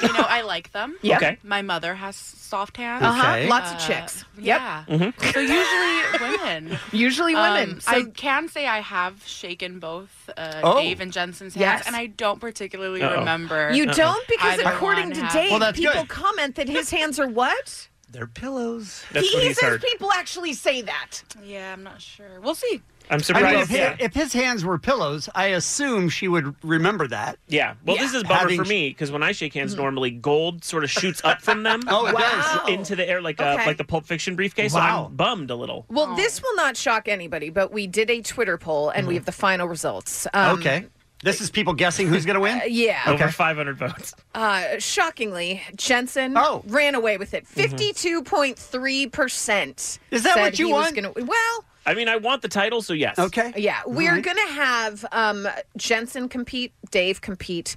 You know, I like them. Yeah. Okay. My mother has soft hands. Uh-huh. Okay. Lots of chicks. Yep. Uh, Yeah. Mm-hmm. So usually women. Usually women. Um, So- I can say I have shaken both uh, Oh. Dave and Jensen's hands, Yes. and I don't particularly Uh-oh. remember. You don't? Because either according one to has- Dave, people comment that his hands are what? They're pillows. That's what he he's says heard. people actually say that. Yeah, I'm not sure. We'll see. I'm I mean, surprised. if, hi- if his hands were pillows, I assume she would remember that. Yeah. Well, this is a bummer for me because when I shake hands, Mm-hmm. normally gold sort of shoots up from them. Oh, it does. Into the air like Okay. a, like the Pulp Fiction briefcase. So Wow. I'm bummed a little. Well, this will not shock anybody, but we did a Twitter poll and we Mm-hmm. have the final results. Um, okay. This is people guessing who's going to win? Uh, yeah. Over Okay. 500 votes. Uh, shockingly, Jensen Oh. ran away with it. 52.3%. Mm-hmm. Is that said what you he was want? Gonna, well, I mean, I want the title, so yes. Okay. yeah. We're going to have um, Jensen compete, Dave compete,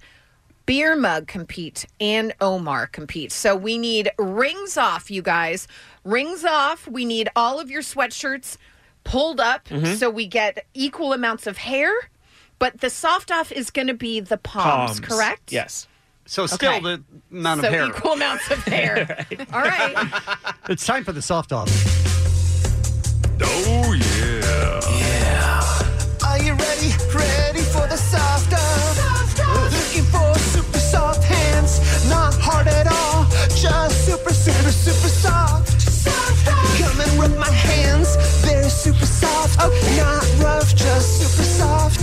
Beer Mug compete, and Omar compete. So we need rings off, you guys. Rings off. We need all of your sweatshirts pulled up Mhm. so we get equal amounts of hair. But the soft off is going to be the palms, correct? Yes. So still Okay. the amount so of hair. equal amounts of hair. All right. It's time for the soft off. Oh, yeah. Are you ready? Ready for the soft up? Looking for super soft hands, not hard at all, just super, super, super soft. Come and rub my hands, they're super soft. Not rough, just super soft.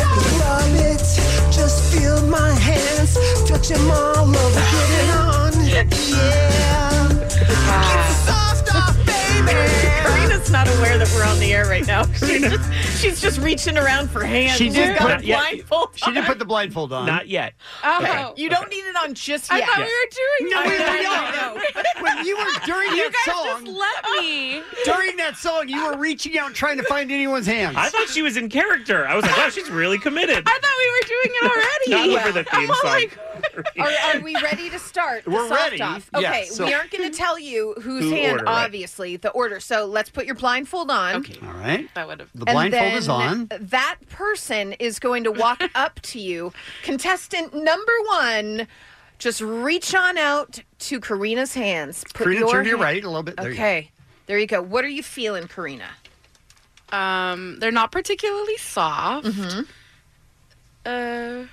Rub it, just feel my hands, touch them all over, get it on. Yeah. Get the soft off, baby. Karina's not aware that we're on the air right now. She's just, She's just reaching around for hands. She did She's got put- a yeah. blindfold. She did put the blindfold on. Not yet. Oh, you don't need it on just I yet. thought we were doing No, that. we I were not. When you were during you that guys song- just let me. During that song, you were reaching out trying to find anyone's hands. I thought she was in character. I was like, wow, she's really committed. I thought we were doing it already. Not over the I'm theme all song. like, Are, are we ready to start? the We're soft ready. Off? Yeah, Okay, so- we aren't going to tell you whose Who hand, order, right. obviously, the order. So let's put your blindfold on. Okay. All right. That would have. The blindfold and is on. then That person is going to walk up to you. Contestant number one, just reach on out to Karina's hands. Put Karina, your turn to your hand- right a little bit. There you go. okay. There you go. What are you feeling, Karina? um, they're not particularly soft. Mm-hmm. Uh,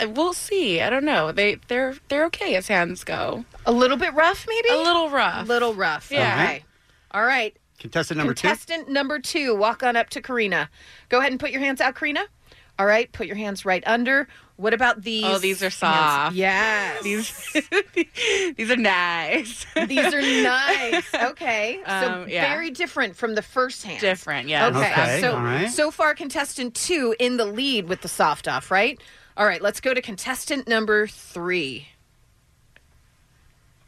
uh, we'll see. I don't know. They they're they're okay as hands go. A little bit rough, maybe. A little rough. Little rough. Yeah. Okay. All right. Contestant number Contestant number two, walk on up to Karina. Go ahead and put your hands out, Karina. All right, put your hands right under. What about these? Oh, these are hands? soft. Yes. These these are nice. these are nice. Okay. So Um, yeah. very different from the first hand. Different, yes. Okay. Okay, So all right. so far contestant 2 in the lead with the soft off, right? All right, let's go to contestant number 3.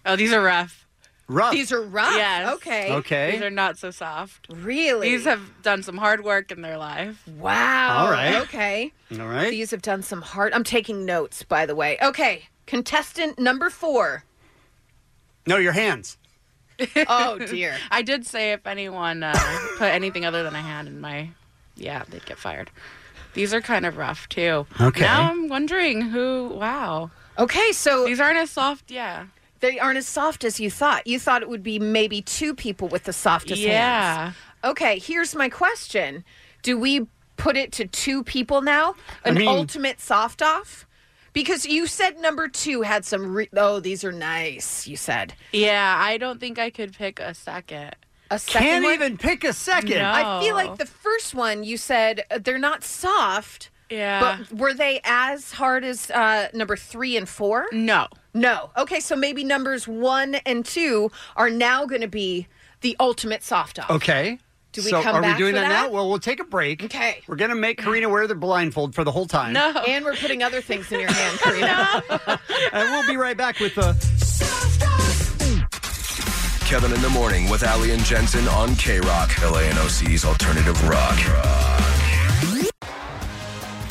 Oh, these are rough. Rough. These are rough. Yes. Okay. These are not so soft. Really? These have done some hard work in their life. Wow. All right. Okay. two. All right. These have done some hard. I'm taking notes, by the way. Okay. Contestant number four. No, your hands. Oh, dear. I did say if anyone uh, put anything other than a hand in my, yeah, they'd get fired. These are kind of rough too. Okay. Now I'm wondering who. Wow. Okay, so these aren't as soft. Yeah. They aren't as soft as you thought. You thought it would be maybe two people with the softest Yeah. hands. Okay. Here's my question Do we put it to two people now? I An mean- ultimate soft off? Because you said number two had some. Re- oh, these are nice, you said. Yeah. I don't think I could pick a second. A second Can't one? even pick a second. I feel No. like the first one you said uh, they're not soft. Yeah. But were they as hard as uh, number three and four? No. No. Okay, so maybe numbers one and two are now going to be the ultimate soft off. Okay. Do we so come are back we doing for that, now? that? Well, we'll take a break. Okay. We're gonna make Karina wear the blindfold for the whole time. And we're putting other things in your hand, Karina. And we'll be right back with uh, the. Kevin in the Morning with Ali and Jensen on K Rock, LANOC's alternative rock.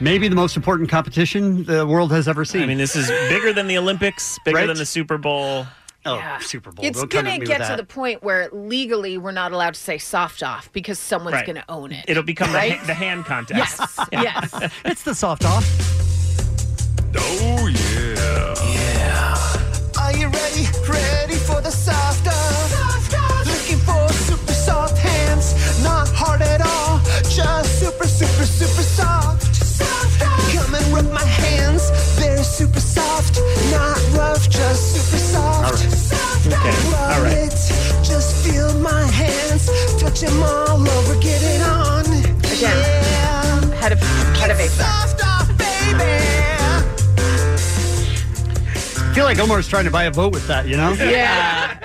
maybe the most important competition the world has ever seen. I mean, this is bigger than the Olympics, bigger Right? than the Super Bowl. Oh, Super Bowl. It's going to get to the point where legally we're not allowed to say soft off because someone's Right. going to own it. It'll become the Right? ha- the, hand contest. Yes. yes. It's the soft off. Oh, yeah. Are you ready? Ready for the soft off? Looking for super soft hands, not hard at all. Just super, super, super soft. Come and rub my hands, they're super soft, not rough, just super soft. Okay, Rub all right. it, just feel my hands, touch 'em all over, get it on. Again, yeah. head of head of It's soft off, baby. I feel like Omar's trying to buy a vote with that, you know? yeah.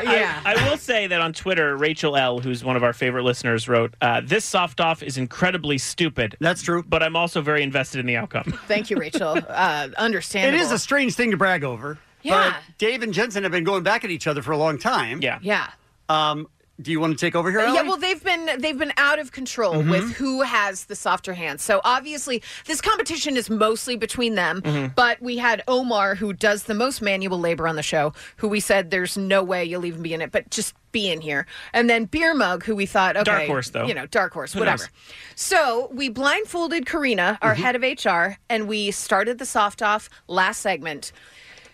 I, I will say that on Twitter, Rachel L., who's one of our favorite listeners, wrote, uh, "This soft off is incredibly stupid." That's true, but I'm also very invested in the outcome. Thank you, Rachel. Uh, It understandable. is a strange thing to brag over. Yeah. But Dave and Jensen have been going back at each other for a long time. Yeah. Yeah. Um, Do you want to take over here? Ellie? Uh, Yeah, well, they've been they've been out of control Mhm. with who has the softer hands. So obviously, this competition is mostly between them. Mm-hmm. Mhm. But we had Omar, who does the most manual labor on the show, who we said there's no way you'll even be in it, but just be in here. And then Beer Mug, who we thought, okay, Dark horse, though. you know, dark horse, Who whatever. knows? Mm-hmm. So we blindfolded Karina, our head of HR, and we started the soft off last segment.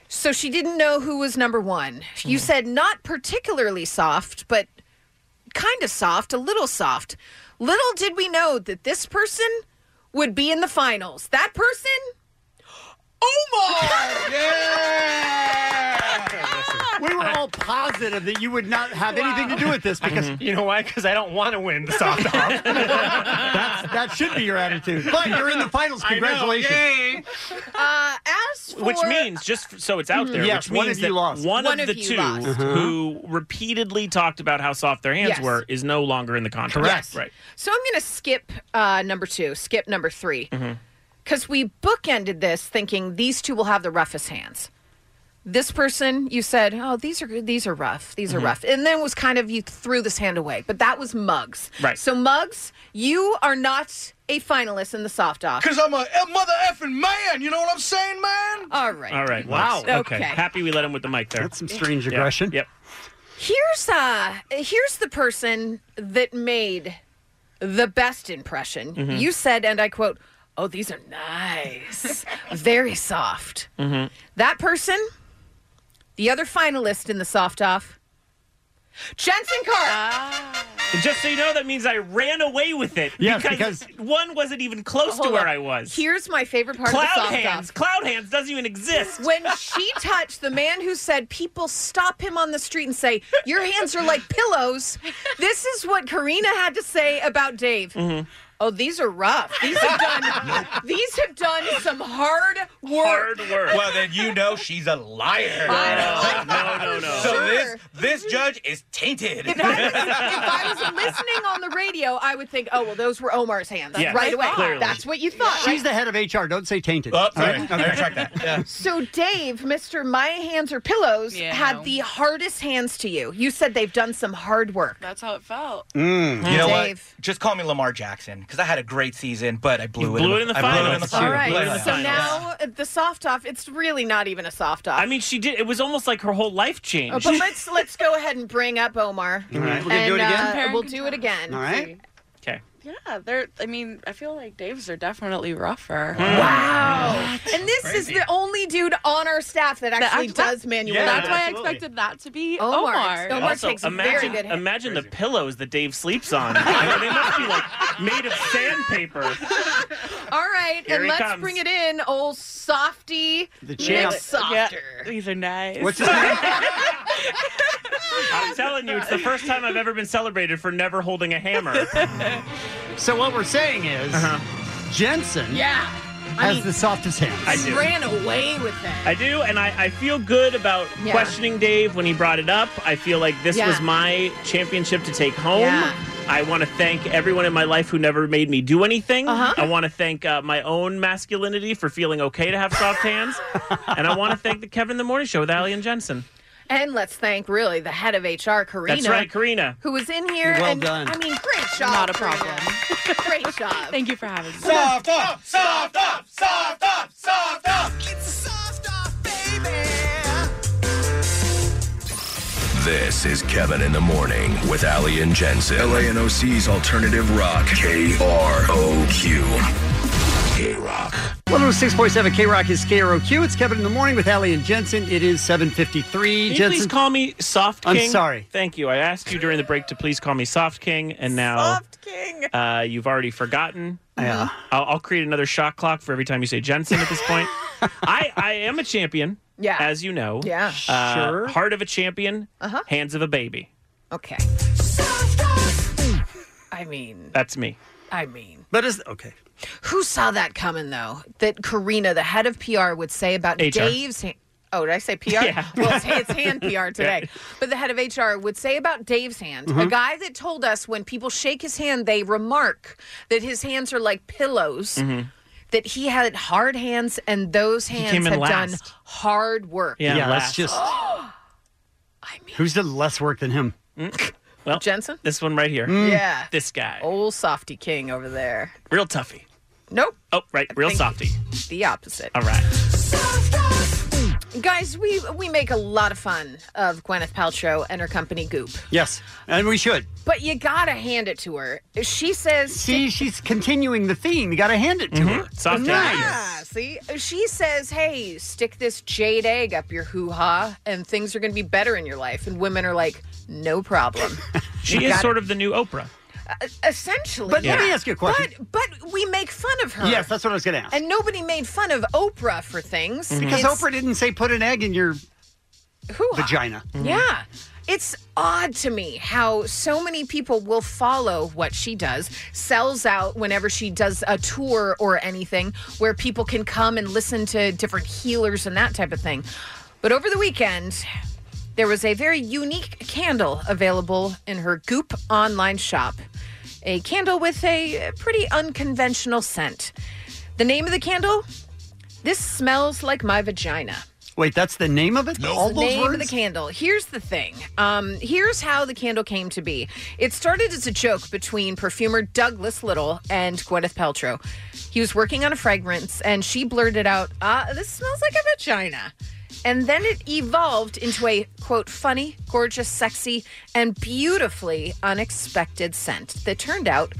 So she didn't know who was number one. Hmm. You said not particularly soft, but kind of soft, a little soft. Little did we know that this person would be in the finals. That person, Omar. we were all positive that you would not have anything to do with this because you know why? Because I don't want to win the soft off. That's, that should be your attitude. But you're in the finals. I know, Congratulations. yay. Uh, as for Which means, just f- so it's out there, Yes, which one means of you that lost. Mm-hmm. one, One of of the you two lost. Uh-huh. who repeatedly talked about how soft their hands Yes. were is no longer in the contest. Correct. Right. so I'm going to skip uh, number two, skip number three, Mm-hmm. because we bookended this thinking these two will have the roughest hands. This person, you said, oh, these are these are rough, these are Mhm. rough, and then it was kind of you threw this hand away, but that was Mugs. Right. So Mugs, you are not a finalist in the soft off Because I'm a a mother effing man. You know what I'm saying, man? All right. All right. Wow. nice. Okay. Okay. Happy we let him with the mic there. That's some strange aggression. Yep. Here's uh here's the person that made the best impression. Mhm. You said, and I quote, "Oh, these are nice, very soft." Mm-hmm. That person, the other finalist in the soft off, Jensen Carr. And just so you know, that means I ran away with it. Yes, one wasn't even close to Oh, Hold where on. I was. Here's my favorite part of the Cloud soft hands. Cloud hands doesn't even exist. When she touched the man who said people stop him on the street and say, Your hands are like pillows, this is what Karina had to say about Dave. Oh, these are rough. These have done these have done some hard work. Well, then you know she's a liar. no, no, no. So Sure. this this judge is tainted. If I, was, if I was listening on the radio, I would think, oh, well, those were Omar's hands Yes, right away. clearly. That's what you thought. She's right? the head of HR. Don't say tainted. Oh, All sorry. right? I retract that. So Dave, Mr. My Hands Are Pillows, had the hardest hands to you. You said they've done some hard work. That's how it felt. You know Dave. what? Just call me Lamar Jackson because I had a great season, but I blew it. blew it in the I blew it in finals. the All All finals. right. Blew it in the So finals. now uh, the soft off, it's really not even a soft off. I mean, she did. It was almost like her whole life Uh, changed. but let's let's go ahead and bring up Omar. All right. We're gonna and, do it again? uh, Compare and we'll do it again. All right. Okay. Yeah, they're. I mean, I feel like Dave's are definitely rougher. Wow. And this is the only dude on our staff that actually act- does manual. Yeah, labor. That's why I absolutely. expected that to be Omar. Omar. Omar also, takes imagine, very good hands. imagine the pillows that Dave sleeps on. I mean, they must be like made of sandpaper. All right, Here and he let's comes. bring it in, old softy. The champ. Nick Softer. These are nice. What's his name? I'm telling you, it's the first time I've ever been celebrated for never holding a hammer. Uh-huh. So what we're saying is Jensen yeah. I has mean, the softest hands. I do. ran away with that. I do, and I, I feel good about Yeah. questioning Dave when he brought it up. I feel like this Yeah. was my championship to take home. Yeah. I want to thank everyone in my life who never made me do anything. Uh-huh. I want to thank uh, my own masculinity for feeling okay to have soft hands. and I want to thank the Kevin in the Morning Show with Ali and Jensen. And let's thank really the head of HR, Karina. That's right, Karina. Who was in here? Well and, done. I mean, great job. Not a Karina. problem. great job. Thank you for having me. Soft up, soft up, soft up, soft up. This is Kevin in the Morning with Ali and Jensen. LA and OC's alternative rock. KROQ. K Rock. 106.7 K Rock is KROQ. It's Kevin in the morning with Allie and Jensen. It is 7:53. Can you Jensen, please call me Soft King? I'm sorry. Thank you. I asked you during the break to please call me Soft King, and now Soft King. Uh, you've already forgotten. Yeah. I'll, I'll create another shot clock for every time you say Jensen at this point. I, I am a champion. Yeah. As you know. Yeah. Uh, Sure. Heart of a champion. Uh-huh. Hands of a baby. Okay. I mean, That's me. I mean. But is okay. Who saw that coming though? That Karina, the head of PR, would say about HR. Dave's. Ha- oh, did I say PR? Yeah. Well, it's, it's hand PR today. Yeah. But the head of HR would say about Dave's hand, a Mm-hmm. Mhm. guy that told us when people shake his hand, they remark that his hands are like pillows. Mm-hmm. That he had hard hands, and those hands came in have done last. hard work. Yeah, let's just. Who's done less work than him? Mm. Well, Jensen? This one right here. Mm. Yeah. This guy. Old softy king over there. Real toughy. Nope. Oh, right. Real think- softy. The opposite. All right. Guys, we we make a lot of fun of Gwyneth Paltrow and her company Goop. Yes, and we should. But you gotta hand it to her. She says See, she's continuing the theme. You got to hand it to her. Mm-hmm. Soft Yeah, see? She says, hey, stick this jade egg up your hoo ha, and things are going to be better in your life. And women are like, no problem. Uh, She is sort of the new Oprah. Essentially. But let me yeah. ask you a question. But, but we make fun of her. Yes, that's what I was going to ask. And nobody made fun of Oprah for things. Because It's- Oprah didn't say put an egg in your vagina. Mm-hmm. Yeah. It's odd to me how so many people will follow what she does, sells out whenever she does a tour or anything where people can come and listen to different healers and that type of thing. But over the weekend, there was a very unique candle available in her Goop online shop. A candle with a pretty unconventional scent. The name of the candle? This smells like my vagina. Wait, that's the name of it? It's All the those name words? of the candle. Here's the thing. Um, here's how the candle came to be. It started as a joke between perfumer Douglas Little and Gwyneth Paltrow. He was working on a fragrance, and she blurted out, "Ah, this smells like a vagina." And then it evolved into a quote, funny, gorgeous, sexy, and beautifully unexpected scent that turned out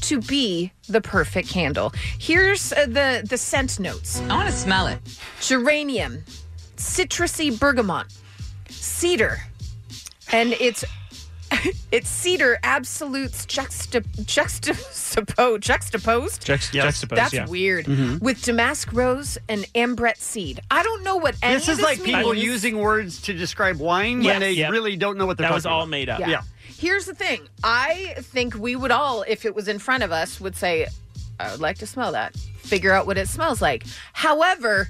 to be the perfect candle. Here's uh, the the scent notes. I want to smell it. Geranium, citrusy bergamot, cedar, and it's it's cedar absolutes juxta juxtaposed juxtaposed. Juxt- Juxtaposed. That's yeah. weird. Mm-hmm. With damask rose and ambrette seed. I don't know what any This of is like people means. using words to describe wine Yes. when they Yep. really don't know what they're That talking was all about. made up. Yeah. Here's the thing. I think we would all, if it was in front of us, would say, I would like to smell that. Figure out what it smells like. However,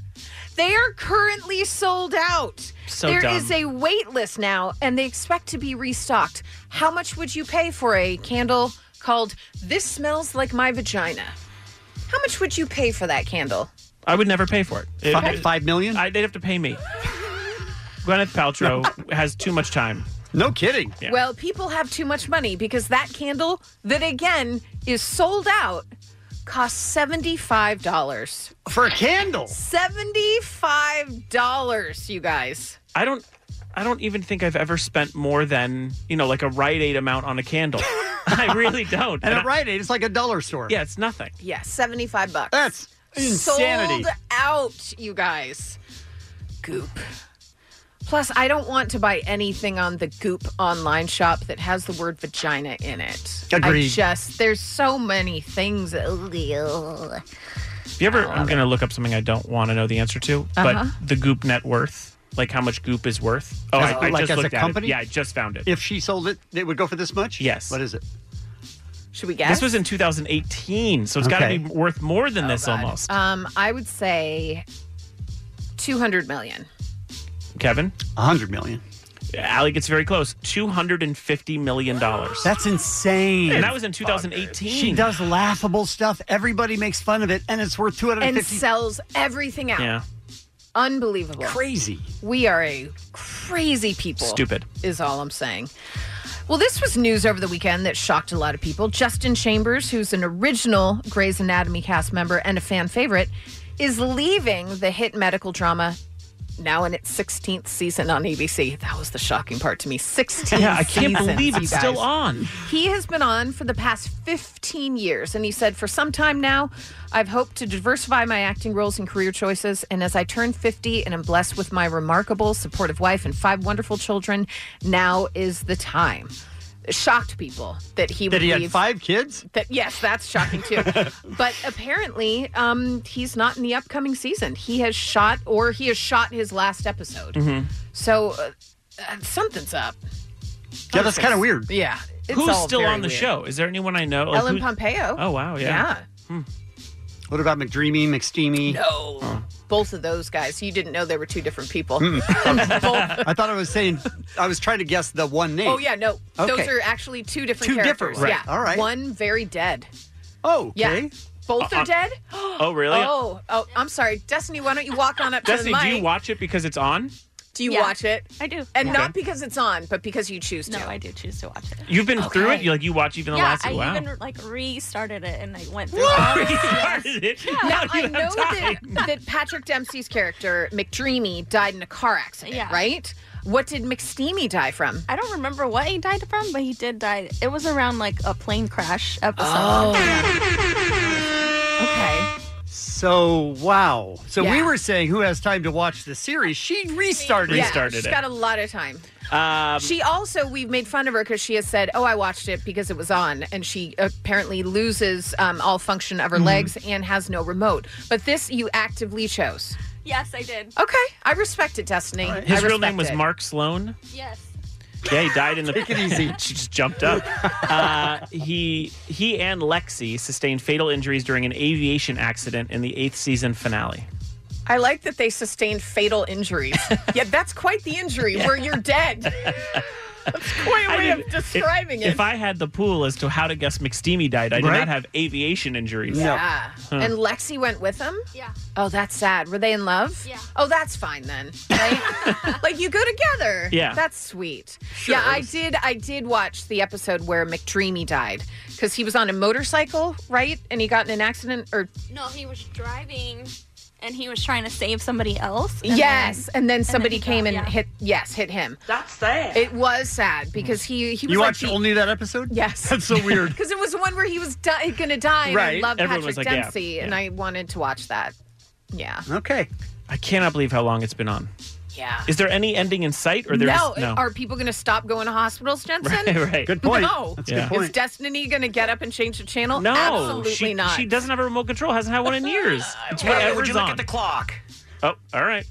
they are currently sold out. So There dumb. is a wait list now, and they expect to be restocked. How much would you pay for a candle called This Smells Like My Vagina? How much would you pay for that candle? I would never pay for it. Fi- five million? I, they'd have to pay me. Gwyneth Paltrow has too much time. No kidding. Well, people have too much money because that candle, that again is sold out, costs seventy-five dollars for a candle. Seventy-five dollars, you guys. I don't. I don't even think I've ever spent more than you know, like a Rite Aid amount on a candle. I really don't. And And at Rite Aid, it's like a dollar store. I- yeah, it's nothing. Yeah, seventy-five bucks. That's insanity. Sold out, you guys. Goop. Plus, I don't want to buy anything on the Goop online shop that has the word vagina in it. I Agreed. just there's so many things. Ugh. If you Oh, ever, I'm gonna look up something I don't want to know the answer to, Uh-huh. but the Goop net worth, like how much Goop is worth. Oh, As- I, I like just as a looked at it. company? Yeah, I just found it. If she sold it, it would go for this much? Yes. What is it? Should we guess? This was in 2018, so it's got Okay. to be worth more than this almost. Um, I would say 200 million. Kevin, 100 million. Allie gets very close. 250 million dollars. That's insane. And that was in 2018. She does laughable stuff. Everybody makes fun of it, and it's worth And 250 sells everything out. Yeah. Unbelievable. Crazy. We are a crazy people. Stupid. Is all I'm saying. Well, this was news over the weekend that shocked a lot of people. Justin Chambers, who's an original Grey's Anatomy cast member and a fan favorite, is leaving the hit medical drama now in its 16th season on ABC. That was the shocking part to me. 16 Yeah, I can't seasons, believe you it's still guys. on. He has been on for the past 15 years, and he said, For some time now, I've hoped to diversify my acting roles and career choices. And as I turn 50 and am blessed with my remarkable, supportive wife and five wonderful children, now is the time. Shocked people that he would That he had leave. five kids? That yes, that's shocking too. but apparently, um, he's not in the upcoming season. He has shot, or he has shot his last episode. Mhm. So uh, uh, something's up. Yeah, that's kind of weird. Yeah, it's Who's all still very on the weird. show? Is there anyone I know? Like, Ellen who- Pompeo. Oh wow, yeah. What about McDreamy, McSteamy? Oh. No. Both of those guys. You didn't know they were two different people. Mm. I thought I was saying, I was trying to guess the one name. Oh yeah, no. Those Okay. are actually two different Two characters. different ones. Yeah. All right. One very dead. Oh, Yeah. Both Uh, are uh, dead? oh, really? Oh, oh, I'm sorry. Destiny, why don't you walk on up to Destiny, the mic? do you watch it because it's on? Do you Yeah. watch it? I do. And Okay. not because it's on, but because you choose to. No, I do choose to watch it. You've been through it. Okay. You like you watch even the yeah, last. I wow. even like restarted it and I went through. Whoa! it. Restarted it? Yeah. Now, Now I you know have that, that Patrick Dempsey's character, McDreamy, died in a car accident, right? What did McSteamy die from? I don't remember what he died from, but he did die. It was around like a plane crash episode. Oh. So wow. So we Yeah. were saying who has time to watch the series? She restarted. yeah, she's got a lot of time. Um, she also, we've made fun of her because she has said, "Oh, I watched it because it was on," and she apparently loses um, all function of her Mm-hmm. Mhm. legs and has no remote. But this, you actively chose. Yes, I did. Okay, I respect it, Destiny. I His real name respect was it. Mark Sloan. Yes. Yeah, he died in the. Take it easy. she just jumped up. Uh, he he and Lexi sustained fatal injuries during an aviation accident in the eighth season finale. I like that they sustained fatal injuries. yeah, that's quite the injury where you're dead. That's quite a way of describing it. If I had the pool as to how to guess McSteamy died, I did Right? not have aviation injuries. Yeah. Huh. And Lexi went with him? Yeah. Oh, that's sad. Were they in love? Yeah. Oh, that's fine then. Right? like you go together. Yeah. That's sweet. Yeah, I did I did watch the episode where McDreamy died cuz he was on a motorcycle, right? And he got in an accident or No, he was driving and he was trying to save somebody else. and yes, and then somebody he got- came and yeah. hit yes, hit him. That's sad. It was sad because he he was You like watched only that episode? Yes. That's so weird. because it was the one where he was di- going to die, and I Right. love Everyone Patrick was like, yeah, Dempsey, and I wanted to watch that. Yeah, Okay. I cannot believe how long it's been on. yeah. Is there any ending in sight, or there's no, are people going to stop going to hospitals, Jensen? Right, right. Good point. No. That's a good Yeah. point. Is Destiny going to get up and change the channel? No, Absolutely she, not. She doesn't have a remote control. Hasn't had one in years. It's whatever's would you look on. at the clock? Oh, all right.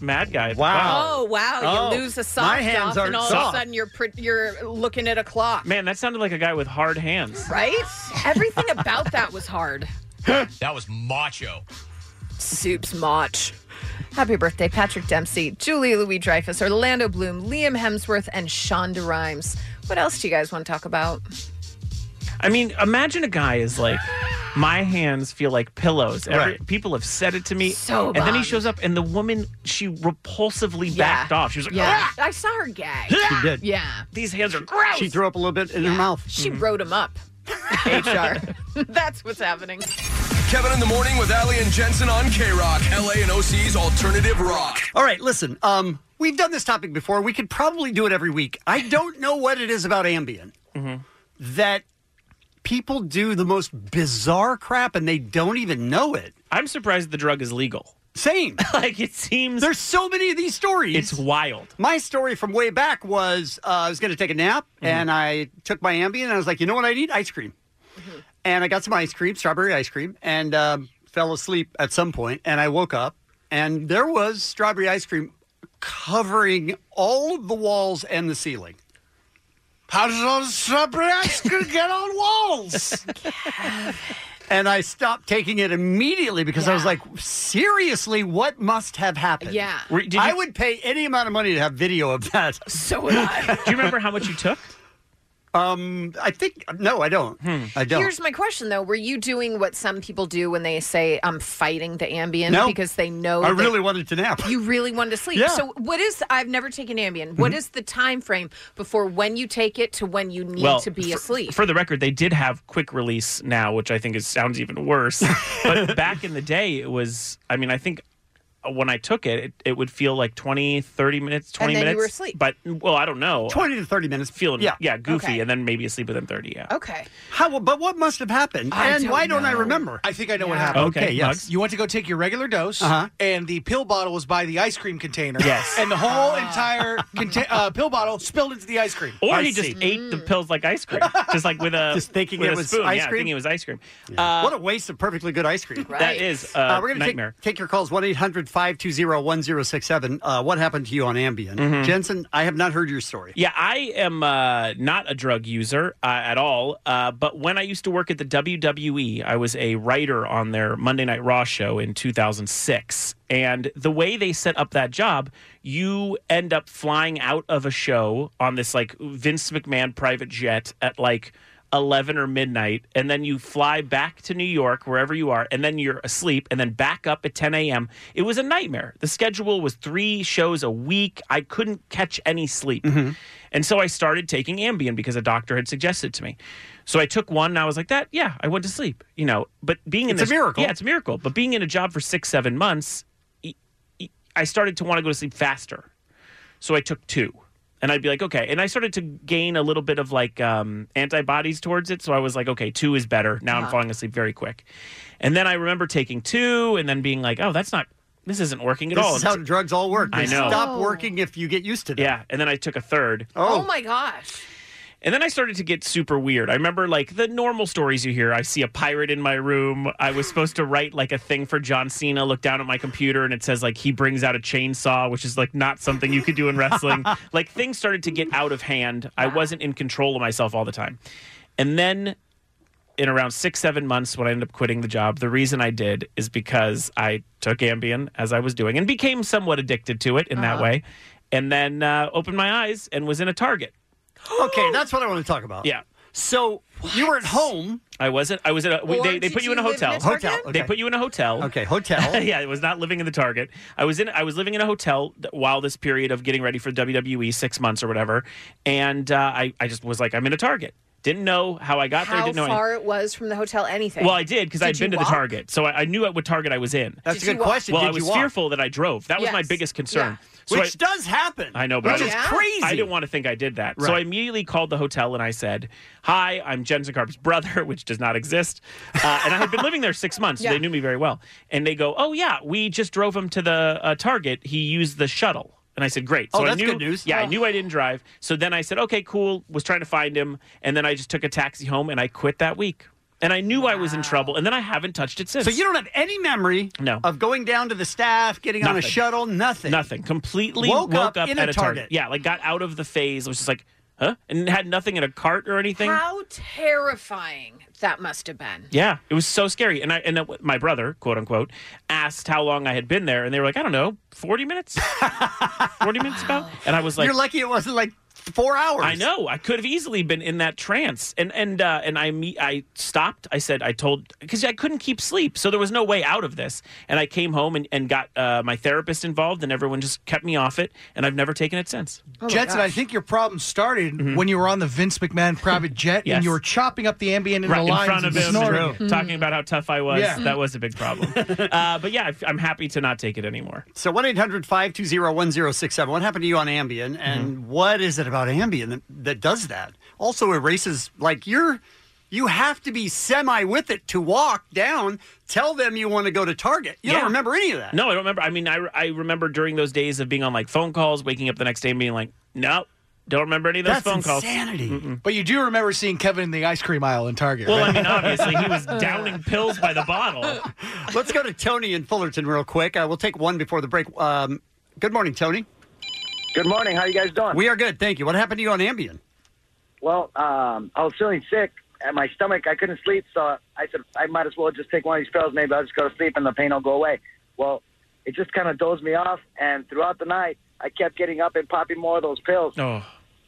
Mad guy. at the Oh clock. wow! you lose a soft off, and all of a sudden you're pr- you're looking at a clock, Man, that sounded like a guy with hard hands. right? Everything about that was hard. That was macho. Soups Mach. Happy birthday, Patrick Dempsey, Julie Louis Dreyfus, Orlando Bloom, Liam Hemsworth, and Shonda Rhimes. What else do you guys want to talk about? I mean, imagine a guy is like, my hands feel like pillows. Every, People have said it to me. So and then he bummed. shows up, and the woman, she repulsively backed off. She was like, "Ah, Yeah. I saw her gag. She did. Yeah. These hands are gross. She threw up a little bit in her mouth. She Mm-hmm. wrote him up. HR. That's what's happening. Kevin in the morning with Ali and Jensen on K Rock, LA and OC's alternative rock. All right, listen. Um, we've done this topic before. We could probably do it every week. I don't know what it is about Ambien Mm-hmm. that people do the most bizarre crap and they don't even know it. I'm surprised the drug is legal. Same. like it seems there's so many of these stories. It's wild. My story from way back was uh, I was going to take a nap Mm-hmm. and I took my Ambien and I was like, you know what I need? Ice cream. And I got some ice cream, strawberry ice cream, and um, fell asleep at some point. And I woke up and there was strawberry ice cream covering all of the walls and the ceiling. How does all the strawberry ice cream get on walls? and I stopped taking it immediately because I was like, seriously, what must have happened? Yeah. Were- did I you- would pay any amount of money to have video of that. So would I. Do you remember how much you took? Um, I think no, I don't. Hmm. I don't. Here's my question though: Were you doing what some people do when they say "I'm fighting the Ambien" No. because they know I that- really wanted to nap. You really wanted to sleep. Yeah. So what is I've never taken Ambien. What Mhm. is the time frame before when you take it to when you need to be for, asleep? For the record, they did have quick release now, which I think is sounds even worse. but back in the day, it was. I mean, I think uh, when I took it, it, it would feel like 20, 30 minutes, And 20 then you minutes. were asleep. But well, I don't know. 20 to 30 minutes. Feeling Yeah. yeah, goofy Okay. and then maybe asleep within 30, yeah. Okay. How? But what must have happened? I and don't why don't I know. remember? I think I know what Yeah. happened. Okay, Okay, yes. Bugs. You went to go take your regular dose, Uh-huh. and the pill bottle was by the ice cream container. Yes. And the whole Ah. entire conta- uh, pill bottle spilled into the ice cream. Or he just ate the pills like ice cream, just like with a Just thinking with it a was spoon. ice yeah, cream? thinking it was ice cream. Uh, what a waste of perfectly good ice cream. That is a uh, we're gonna take- nightmare. Take, your calls 1 800 520 1067. Uh, What happened to you on Ambien? Mm-hmm. Jensen, I have not heard your story. Yeah, I am uh, not a drug user uh, at all. Uh, but when I used to work at the WWE, I was a writer on their Monday Night Raw show in 2006. And the way they set up that job, you end up flying out of a show on this like Vince McMahon private jet at like 11 or midnight, and then you fly back to New York, wherever you are, and then you're asleep, and then back up at 10 a.m. It was a nightmare. The schedule was three shows a week. I couldn't catch any sleep. Mm-hmm. And so I started taking Ambien because a doctor had suggested to me. So I took one and I was like, that, yeah, I went to sleep, you know. But being in It's a this- miracle. Yeah, it's a miracle. But being in a job for six, seven months, e- e- I started to want to go to sleep faster. So I took two. And I'd be like, okay. And I started to gain a little bit of like um, antibodies towards it. So I was like, okay, two is better. Now Uh-huh. I'm falling asleep very quick. And then I remember taking two and then being like, oh, that's not, this isn't working at This all. is how drugs all work. I They know. Stop working if you get used to them. Yeah. And then I took a third. Oh. my gosh. And then I started to get super weird. I remember like the normal stories you hear. I see a pirate in my room. I was supposed to write like a thing for John Cena, look down at my computer, and it says like he brings out a chainsaw, which is like not something you could do in wrestling. like things started to get out of hand. I wasn't in control of myself all the time. And then in around six, seven months when I ended up quitting the job, the reason I did is because I took Ambien as I was doing and became somewhat addicted to it in that way. And then uh, opened my eyes and was in a Target. Okay, that's what I want to talk about. Yeah. So you were at home. I wasn't. I was at. A, we- Or they they did put you, you in a live in hotel. a Target? Hotel, They okay. put you in a hotel. Okay, hotel. yeah, it was not living in the Target. I was in. I was living in a hotel th- while this period of getting ready for WWE, six months or whatever. And uh, I I just was like, I'm in a Target. Didn't know how I got there. How Didn't know. far any- it was from the hotel, anything. well, I did because I'd Did you been to walk? the Target, so I, I knew at what Target I was in. That's a Did good you walk? question. Well, Did I you was walk? fearful that I drove. That was my Yes. biggest concern. Yeah. So Which I- does happen. I know, but Which I is didn't- crazy. I didn't want to think I did that, so Right. I immediately called the hotel and I said, "Hi, I'm Jensen Carp's brother," which does not exist, uh, and I had been living there six months, so Yeah. they knew me very well. And they go, "Oh yeah, we just drove him to the uh, Target. He used the shuttle." And I said, "Great." Oh, So I that's knew, good news. Yeah, I Oh. knew I didn't drive. So then I said, "Okay, cool." Was trying to find him, and then I just took a taxi home, and I quit that week. And I knew I was in trouble, and then I haven't touched it since. So you don't have any memory no. of going down to the staff, getting on a Nothing. shuttle, nothing. Nothing. Completely Woke woke, up up, in at a a Target. target. Yeah, like got out of the phase. was just like, huh? And had nothing in a cart or anything. How terrifying that must have been. Yeah, it was so scary. And I and uh, my brother, quote unquote, asked how long I had been there, and they were like, I don't know, forty minutes, forty minutes about. And I was like, You're lucky it wasn't like four hours. I know. I could have easily been in that trance, and and uh, and I me- I stopped. I said I told because I couldn't keep sleep, so there was no way out of this. And I came home and and got uh, my therapist involved, and everyone just kept me off it, and I've never taken it since. Oh Oh, Jetson, I think your problem started when you were on the Vince McMahon private jet Mm-hmm. Yes. and you were chopping up the ambient in right the in lines front of and him, snoring. Mm-hmm. and talking about how tough I was. Yeah. That was a big problem. uh, but yeah, I- I'm happy to not take it anymore. So 1 800 520 1067. What happened to you on Ambien? And Mm-hmm. what is it about Ambien that, that does that? Also erases, like, you're. You have to be semi with it to walk down. Tell them you want to go to Target. You Yeah. don't remember any of that. No, I don't remember. I mean, I, I remember during those days of being on like phone calls, waking up the next day and being like, no, don't remember any of those That's phone calls. insanity. But you do remember seeing Kevin in the ice cream aisle in Target. Well, I right? mean, obviously he was downing pills by the bottle. Let's go to Tony in Fullerton real quick. Uh, we'll take one before the break. Um, good morning, Tony. Good morning. How you guys doing? We are good, thank you. What happened to you on Ambien? Well, um, I was feeling sick and my stomach. I couldn't sleep, so I said I might as well just take one of these pills. Maybe I'll just go to sleep and the pain will go away. Well, it just kind of dozed me off, and throughout the night, I kept getting up and popping more of those pills. Oh.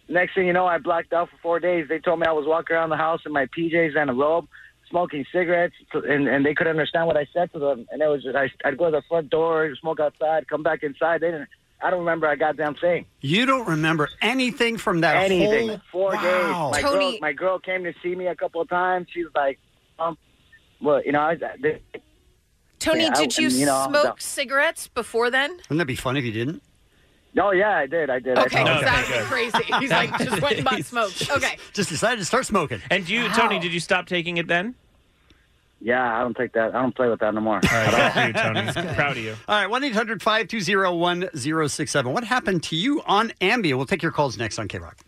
Next thing you know, I blacked out for four days. They told me I was walking around the house in my PJs and a robe, smoking cigarettes, and, and they couldn't understand what I said to them. And it was just, I, I'd go to the front door, smoke outside, come back inside. They didn't. I don't remember a goddamn thing. You don't remember anything from that anything. whole Four wow. days. My girl, my girl came to see me a couple of times. She was like, um, well, you know, I, I, Tony, Yeah, I- did you, you know, I'm smoke done. cigarettes before then? Wouldn't that be fun if you didn't? No, yeah, I did. I did. Okay, because that would be crazy. He's like, just went and bought smokes. Okay. Just decided to start smoking. And do you, Tony, did you stop taking it then? yeah, I don't take that. I don't play with that no more. you, Tony. Proud of you. All right, 1 800 520 1067. What happened to you on Ambien? We'll take your calls next on K Rock.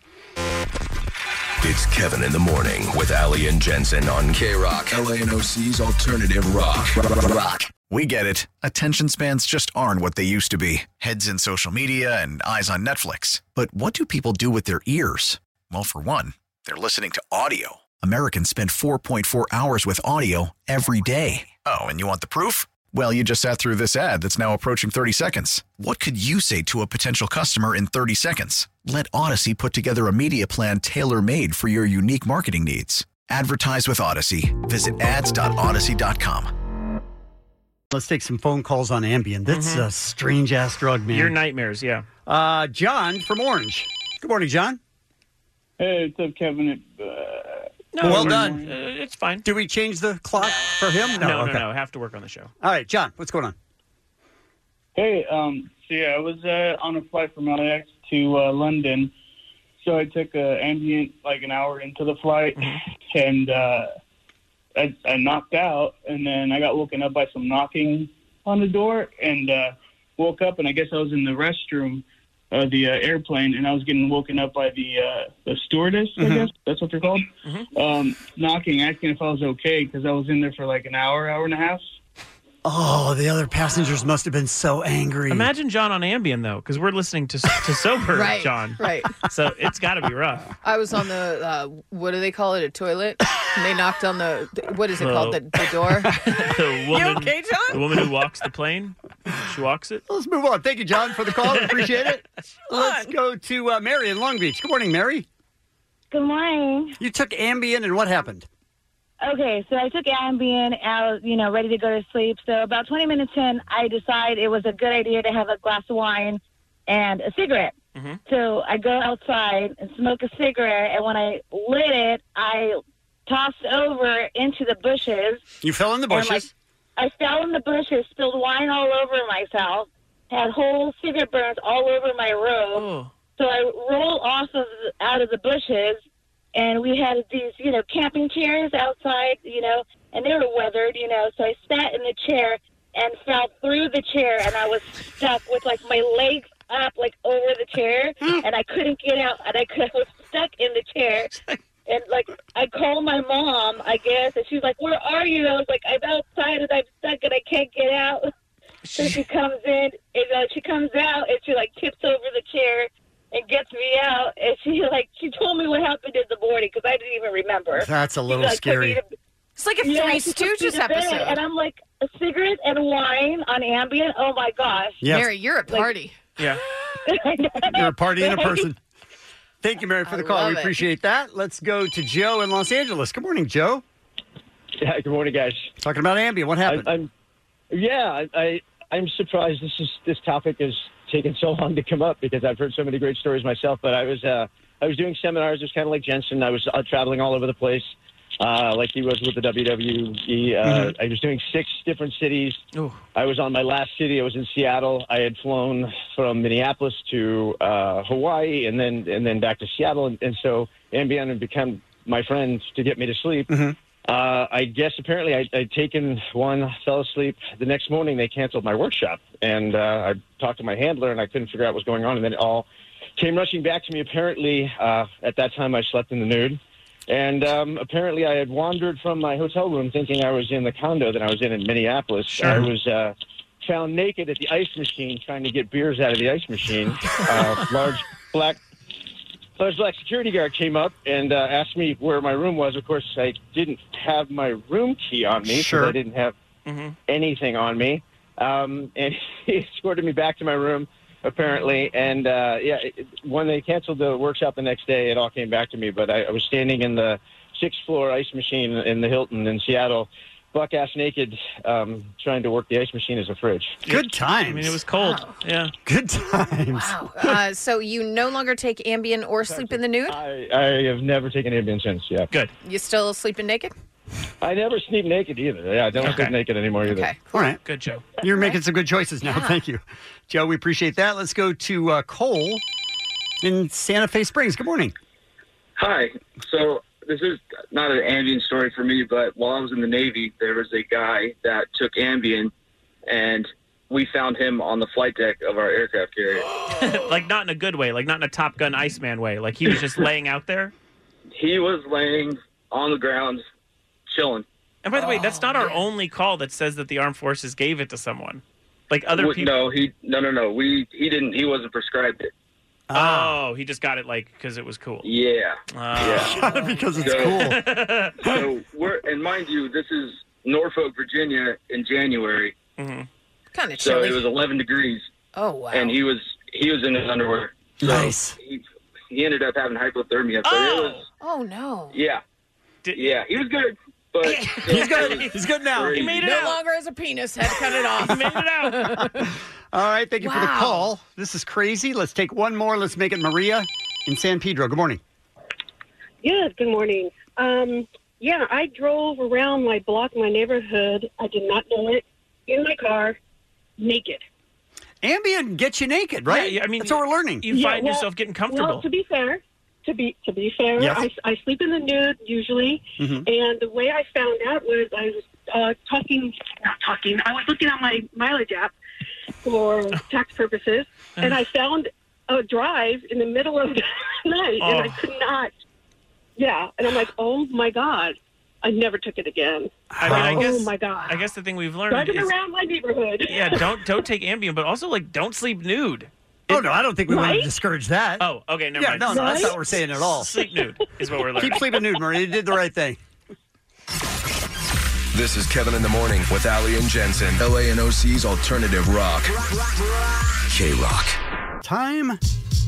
It's Kevin in the Morning with Ali and Jensen on K Rock, LANOC's alternative rock. rock. We get it. Attention spans just aren't what they used to be heads in social media and eyes on Netflix. But what do people do with their ears? Well, for one, they're listening to audio. Americans spend 4.4 hours with audio every day. Oh, and you want the proof? Well, you just sat through this ad that's now approaching 30 seconds. What could you say to a potential customer in 30 seconds? Let Odyssey put together a media plan tailor made for your unique marketing needs. Advertise with Odyssey. Visit ads.odyssey.com. Let's take some phone calls on Ambien. That's Mm-hmm. a strange ass drug, man. Your nightmares, yeah. Uh, John from Orange. Good morning, John. Hey, what's up, Kevin? No, well we're- done. uh, it's fine. Do we change the clock for him? No, no, okay. no. Have to work on the show. All right, John, what's going on? Hey, um, so yeah, I was uh, on a flight from LAX to uh, London, so I took uh, ambient like an hour into the flight, and uh, I, I knocked out, and then I got woken up by some knocking on the door, and uh, woke up, and I guess I was in the restroom of the uh, airplane, and I was getting woken up by the uh, the stewardess, I Mhm. guess that's what they're called, um, knocking, asking if I was okay because I was in there for like an hour, hour and a half. Oh, the other passengers must have been so angry. Imagine John on Ambien though, because we're listening to to sober Right, John. right. So it's got to be rough. I was on the uh, what do they call it? A toilet. And they knocked on the what is it called? The, the door. The woman, okay, John? The woman who walks the plane, she walks it. Let's move on. Thank you, John, for the call. Appreciate it. Let's go to uh, Mary in Long Beach. Good morning, Mary. Good morning. You took Ambien, and what happened? Okay, so I took Ambien and I was, you know, ready to go to sleep. So about 20 minutes in, I decide it was a good idea to have a glass of wine and a cigarette. Mm-hmm. So I go outside and smoke a cigarette, and when I lit it, I tossed over into the bushes. You fell in the And, bushes. like, I fell in the bushes, spilled wine all over myself, had whole cigarette burns all over my robe. So I roll off of out of the bushes, and we had these, you know, camping chairs outside, you know, and they were weathered, you know. So I sat in the chair and fell through the chair, and I was stuck with like my legs up, like over the chair, and I couldn't get out, and I, could, I was stuck in the chair. And like I call my mom, I guess, and she's like, "Where are you?" I was like, "I'm outside and I'm stuck and I can't get out." So she comes in, and uh, she comes out, and she like tips over the chair and gets me out. And she like she told me what happened in the morning because I didn't even remember. That's a She, little like, put me scary. to- It's like a Three she put me Stooges to bed, episode. and I'm like a cigarette and wine on Ambien. Oh my gosh, Yeah. Mary, you're a party. Yeah. You're a party in a person. Thank you, Mary, for the call. love We it. appreciate that. Let's go to Joe in Los Angeles. Good morning, Joe. Yeah, good morning, guys. Talking about Ambien. What happened? I, am yeah, I, I I'm surprised this is this topic has taken so long to come up because I've heard so many great stories myself. But I was uh, I was doing seminars. It was kind of like Jensen. I was uh, traveling all over the place, uh, like he was with the WWE. Uh, Mhm. I was doing six different cities. I was on my last city. I was in Seattle. I had flown from Minneapolis to uh, Hawaii and then and then back to Seattle. And, and so Ambien had become my friend to get me to sleep. Uh, I guess apparently I, I'd taken one, fell asleep. The next morning they canceled my workshop, and uh, I talked to my handler, and I couldn't figure out what was going on. And then it all came rushing back to me. Apparently, uh, at that time I slept in the nude, and um, apparently I had wandered from my hotel room, thinking I was in the condo that I was in in Minneapolis. Sure. I was. Uh, Found naked at the ice machine, trying to get beers out of the ice machine. Uh, large black large black security guard came up and uh, asked me where my room was. Of course, I didn't have my room key on me 'cause Sure. I didn't have Mm-hmm. anything on me. Um, and he escorted me back to my room, apparently. And uh, yeah, it, when they canceled the workshop the next day, it all came back to me. But I, I was standing in the sixth floor ice machine in the Hilton in Seattle, buck ass naked, um, trying to work the ice machine as a fridge. Good times. I mean, it was cold. Yeah. Good times. Wow. Uh, so you no longer take Ambien or sleep in the nude. I, I have never taken Ambien since. Yeah. Good. You still sleeping naked? I never sleep naked either. Yeah, I don't sleep naked anymore either. All right. Good, Joe. You're making some good choices now. Thank you, Joe. We appreciate that. Let's go to uh, Cole in Santa Fe Springs. Good morning. Hi. So this is not an Ambien story for me, but while I was in the Navy, there was a guy that took Ambien, and we found him on the flight deck of our aircraft carrier. like not in a good way, like not in a Top Gun Iceman way. Like he was just laying out there. He was laying on the ground, chilling. And by the way, that's not our only call that says that the armed forces gave it to someone. Like other We- people. No, he no no no. We he didn't. He wasn't prescribed it. Oh, he just got it like because it was cool. Mm-hmm. Yeah. Oh. yeah. because it's so, cool. so we're and mind you, this is Norfolk, Virginia, in January. Kind of So chilly. it was 11 degrees, oh wow. and he was he was in his underwear. So Nice. He, he ended up having hypothermia. So it was oh no. yeah. yeah, he was good, but he's good. He's good now. He made it no out. longer as a penis. Had to cut it off. made it out. All right, thank you for the Wow. call. This is crazy. Let's take one more. Let's make it Maria in San Pedro. Good morning. Yes, good morning. Um, yeah, I drove around my block, my neighborhood. I did not know it. In my car, naked. Ambien gets you naked, Yeah, right? yeah, I mean, that's what we're learning. You find yourself getting comfortable. Well, to be fair, to be to be fair, Yes. I, I sleep in the nude usually, Mhm. and the way I found out was I was uh, talking, not talking. I was looking at my mileage app for tax purposes, and Uh. I found a drive in the middle of the night, and I Oh. could not. Yeah, and I'm like, oh my god, I never took it again. I mean, I guess. oh my god, I guess the thing we've learned driving is, around my neighborhood. yeah, don't don't take Ambien, but also like don't sleep nude. Oh no, I don't think we want Right? to discourage that. Oh, okay, never yeah, mind. no, no, that's not what we're saying at all. Sleep nude is what we're learning. Keep sleeping nude, Maria. You did the right thing. This is Kevin in the Morning with Ali and Jensen. LA and OC's alternative rock. K Rock. Time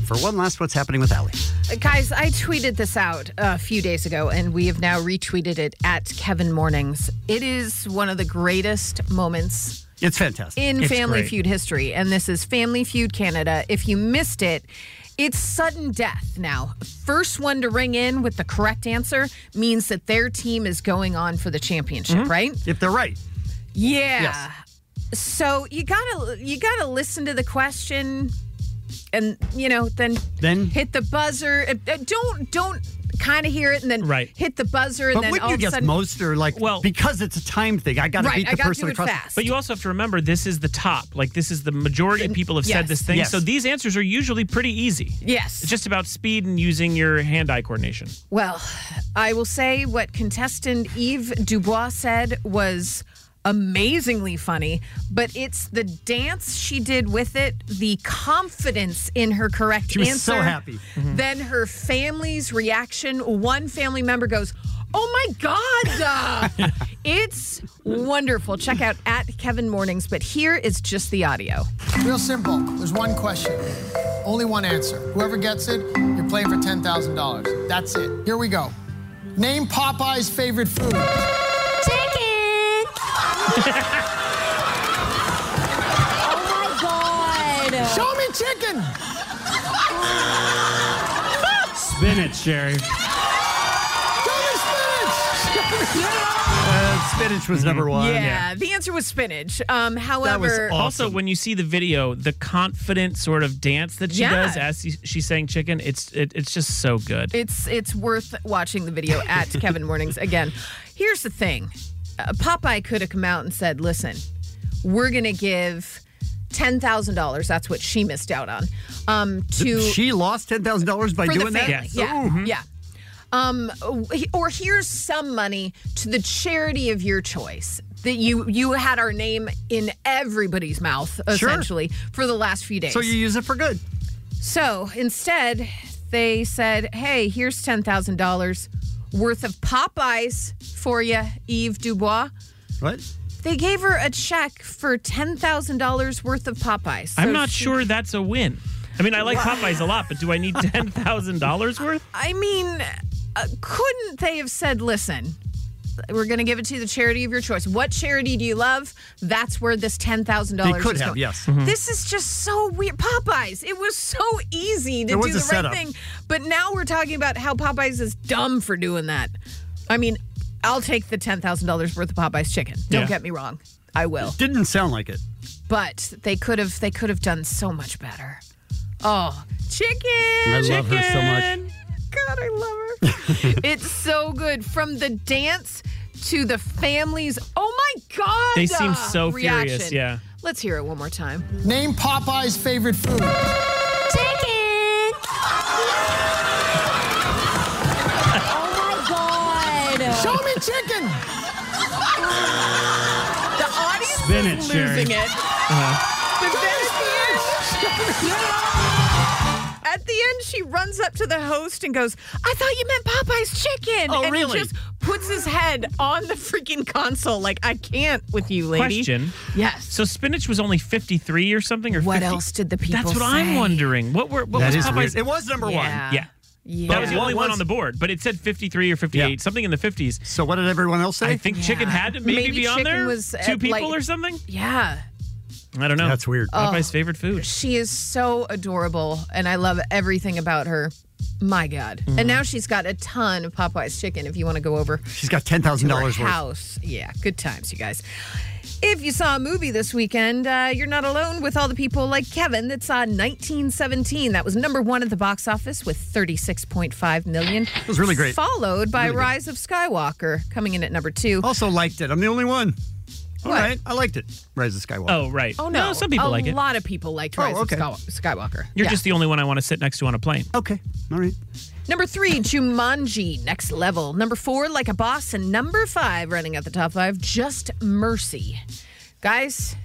for one last what's happening with Allie. Guys, I tweeted this out a few days ago, and we have now retweeted it at Kevin Mornings. It is one of the greatest moments It's fantastic. in It's Family great. Feud history, and this is Family Feud Canada. If you missed it, it's sudden death now. First one to ring in with the correct answer means that their team is going on for the championship, Mhm. right? If they're right. Yeah. So you gotta you gotta listen to the question, and you know then Then- hit the buzzer. Uh, uh, Don't don't kind of hear it and then Right. hit the buzzer and But then wouldn't all you of a guess sudden most are like, well, because it's a time thing. I got to Right, beat I the gotta person do it across. fast. But you also have to remember this is the top. Like this is the majority of people have Yes. said this thing. Yes. So these answers are usually pretty easy. Yes. It's just about speed and using your hand-eye coordination. Well, I will say what contestant Eve Dubois said was amazingly funny, but it's the dance she did with it, the confidence in her correct She was answer. so happy. Mhm. Then her family's reaction. One family member goes, Oh my God. uh, it's wonderful. Check out at Kevin Mornings, but here is just the audio. Real simple. There's one question, only one answer. Whoever gets it, you're playing for $10,000. That's it. Here we go. Name Popeye's favorite food. Oh Chicken. my god. Show me chicken. Spinach, Sherry. Uh, spinach was Mm-hmm. number one. Yeah, the answer was spinach. Um, however, also when you see the video, the confident sort of dance that she Yeah. does as she- she's saying chicken, it's it, it's just so good. It's it's worth watching the video at Kevin Mornings again. Here's the thing: uh, Popeye could have come out and said, "Listen, we're gonna give ten thousand dollars. That's what she missed out on." Um, to She lost ten thousand dollars by for doing the that. Mm-hmm. family. Yeah, yeah. Um, or here's some money to the charity of your choice. That you you had our name in everybody's mouth Sure. essentially for the last few days. So you use it for good. So instead, they said, hey, here's $10,000 worth of Popeyes for you, Eve Dubois. What? They gave her a check for $10,000 worth of Popeyes. So I'm not she- sure that's a win. I mean, I like Popeyes a lot, but do I need ten thousand dollars worth? I mean, uh, couldn't they have said, listen, we're going to give it to the charity of your choice. What charity do you love? That's where this $10,000 They is could have, going. yes. Mhm. This is just so weird. Popeyes, it was so easy to There was do a the right setup. thing. But now we're talking about how Popeyes is dumb for doing that. I mean, I'll take the $10,000 worth of Popeyes chicken. Don't Yeah. get me wrong. I will. Didn't sound like it. But they could have they could have done so much better. Oh, chicken. I love her so much. Chicken! God, I love her it's so good from the dance to the families. Oh my god! uh, They seem so reaction. furious, yeah. Let's hear it one more time. Name Popeye's favorite food. Chicken. Oh my god. Show me chicken. The audience Spin is it, Sherry. losing it. Uh-huh. But then at the end- At the end, she runs up to the host and goes, "I thought you meant Popeye's chicken." Oh, and really? He just puts his head on the freaking console, like I can't with you, lady. Question. Yes. So spinach was only 53 or something, or What 50? else did the people That's what I'm say? wondering. What were what That was is Popeyes? weird. It was number one. Yeah. That was the only one on the board, but it said 53 or 58, something in the 50s. So what did everyone else say? I think chicken had to maybe, be on chicken there. Was Two at, people like- or something? Yeah. I don't know. That's weird. Oh. Popeye's favorite food. She is so adorable, and I love everything about her. My God. And now she's got a ton of Popeye's chicken if you want to go over. She's got $10,000 worth. to her House. Yeah, good times, you guys. If you saw a movie this weekend, uh, you're not alone with all the people like Kevin that saw 1917. That was number one at the box office with 36.5 million. It was really great. Followed by Really good. Rise of Skywalker coming in at number two. Also liked it. I'm the only one. All right, I liked it. Rise of Skywalker. Oh, right. Oh no, some people a like it. A lot of people liked Rise okay. of Sky- Skywalker. You're Yeah. just the only one I want to sit next to on a plane. Okay. All right. Number three, Jumanji, next level. Number four, Like a Boss. And number five, running at the top five, Just Mercy. Guys,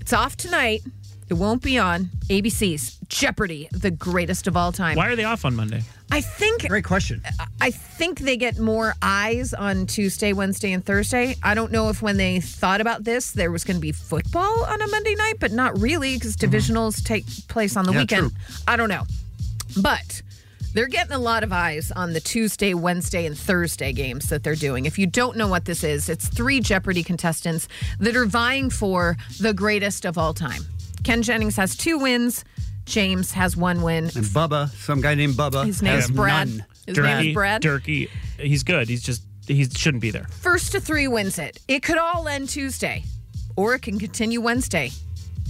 it's off tonight. It won't be on ABC's Jeopardy, the greatest of all time. Why are they off on Monday? I think. Great question. I think they get more eyes on Tuesday, Wednesday, and Thursday. I don't know if when they thought about this, there was going to be football on a Monday night, but not really because divisionals take place on the Mm-hmm. Yeah, weekend. true. I don't know. But they're getting a lot of eyes on the Tuesday, Wednesday, and Thursday games that they're doing. If you don't know what this is, it's three Jeopardy contestants that are vying for the greatest of all time. Ken Jennings has two wins. James has one win. And Bubba, some guy named Bubba. His name's has Brad. none. His name's Brad. Turkey. He's good. He's just he shouldn't be there. First to three wins it. It could all end Tuesday, or it can continue Wednesday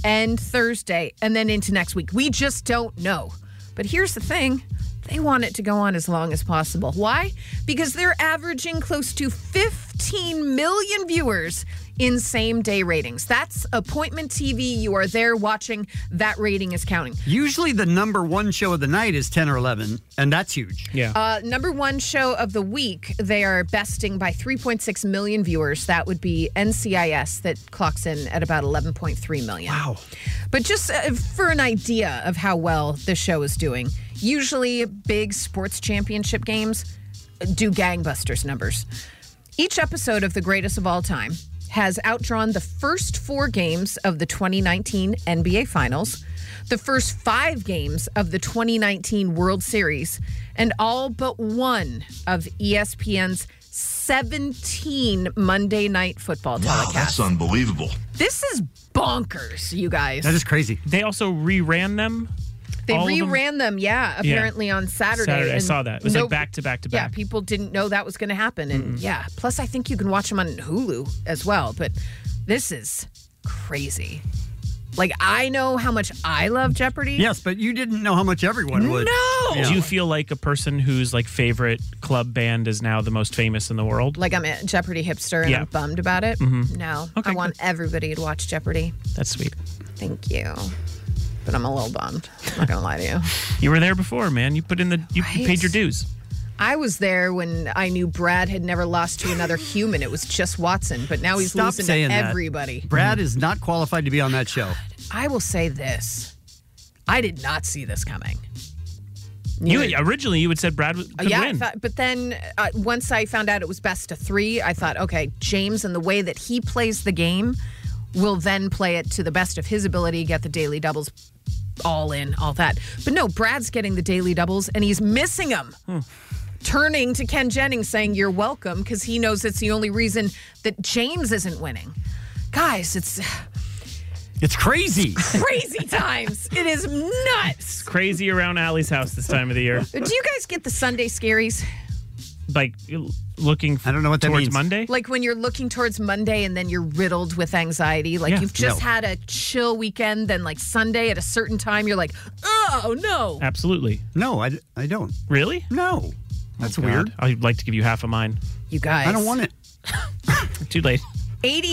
and Thursday, and then into next week. We just don't know. But here's the thing they want it to go on as long as possible. Why? Because they're averaging close to 15 million viewers in same day ratings. That's appointment TV. You are there watching, that rating is counting. Usually the number one show of the night is 10 or 11, and that's huge. Yeah. Uh, number one show of the week, they are besting by 3.6 million viewers. That would be NCIS that clocks in at about 11.3 million. Wow. But just uh, for an idea of how well the show is doing, usually big sports championship games do gangbusters numbers. Each episode of The Greatest of All Time has outdrawn the first four games of the 2019 NBA Finals, the first five games of the 2019 World Series, and all but one of E ESPN's 17 Monday night football Wow, telecasts. Oh, that's unbelievable. This is bonkers, you guys. is crazy. They also reran them. They all of them? reran them, yeah, Yeah. apparently on Saturday. Saturday. I and saw that. It was no- like back to back to yeah, back. people didn't know that was going to happen, and Mm-hmm. yeah. Plus, I think you can watch them on Hulu as well. But this is crazy. Like I know how much I love Jeopardy. Yes, but you didn't know how much everyone would. No! Do you feel like a person whose like favorite club band is now the most famous in the world? Like I'm a Jeopardy hipster, and Yeah. I'm bummed about it. Mm-hmm. Mhm. No, I want everybody to watch Jeopardy. That's sweet. Thank you, but I'm a little bummed. I'm not gonna lie to you. You were there before, man. You put in the you Right. paid your dues. I was there when I knew Brad had never lost to another human. It was just Watson, but now he's Stop losing to saying that. everybody. Mm-hmm. Brad is not qualified to be on that show. I will say this. I did not see this coming. You originally you had said Brad would could yeah, I win. thought- but then uh, once I found out it was best of three, I thought, okay, James and the way that he plays the game will then play it to the best of his ability, get the daily doubles all in, all that. But no, Brad's getting the daily doubles and he's missing them. Turning to Ken Jennings saying, You're welcome, because he knows it's the only reason that James isn't winning. Guys, it's It's crazy. crazy times. It is nuts. It's crazy around Allie's house this time of the year. Do you guys get the Sunday scaries? like looking I don't know what that towards means. Monday. Like when you're looking towards Monday and then you're riddled with anxiety. Like Yeah. you've just No. had a chill weekend, then like Sunday at a certain time, you're like, oh no. Absolutely. No, I, I don't. Really? No. That's weird. I'd like to give you half of mine. You guys. I don't want it. Too late.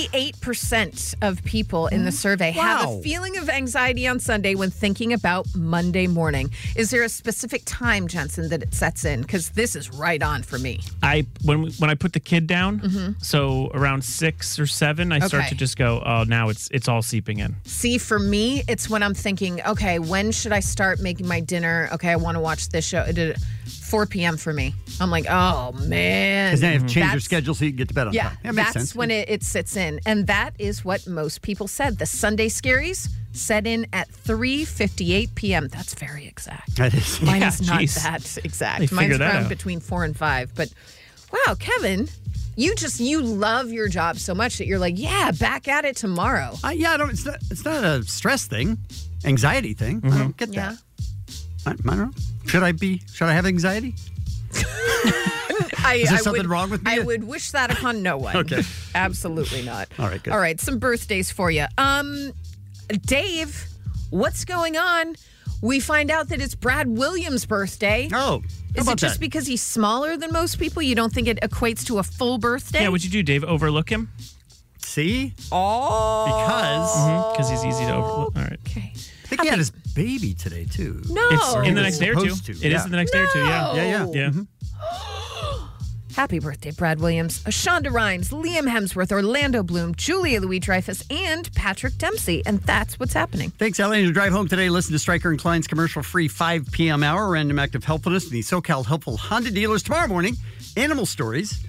88% of people in the survey have Wow. a feeling of anxiety on Sunday when thinking about Monday morning. Is there a specific time, Jensen, that it sets in? Because this is right on for me. I when we- when I put the kid down, Mhm. so around six or seven, I start Okay. to just go, oh, now it's it's all seeping in. See, for me, it's when I'm thinking, okay, when should I start making my dinner? Okay, I want to watch this show. Da- da- da. 4 p.m. for me. I'm like, oh man. Because now you have to change Mm-hmm. your That's- schedule so you can get to bed on yeah, time. That makes that's sense. when it, it sits in, and that is what most people said. The Sunday scaries set in at 3:58 p.m. That's very exact. That is- Mine Yeah, is not jeez. that They exact. figured Mine's that around out. between four and five. But wow, Kevin, you just you love your job so much that you're like, yeah, back at it tomorrow. I, yeah, I don't. It's not, it's not a stress thing, anxiety thing. I don't get yeah. that. I, I don't know. Should I be? Should I have anxiety? I, Is there I something would, wrong with me? I would wish that upon no one. Okay. Absolutely not. All right, good. All right, some birthdays for you. Um, Dave, what's going on? We find out that it's Brad Williams' birthday. Oh, is about it just that? because he's smaller than most people? You don't think it equates to a full birthday? Yeah, would you do, Dave? Overlook him? See? Oh. Because. Because Mm-hmm. he's easy to overlook. All right. I think he had his baby today too. No. It's Or in he the was next day or two. supposed to, It is yeah. in the next day or two, No. yeah. Yeah, yeah. Mm-hmm. Yeah. Happy birthday, Brad Williams. Uh, Shonda Rhimes, Liam Hemsworth, Orlando Bloom, Julia Louis Dreyfus, and Patrick Dempsey. And that's what's happening. Thanks, Ellie. As you drive home today, listen to Stryker and Klein's commercial free 5 p.m. hour random act of helpfulness. The SoCal helpful Honda dealers tomorrow morning. Animal stories.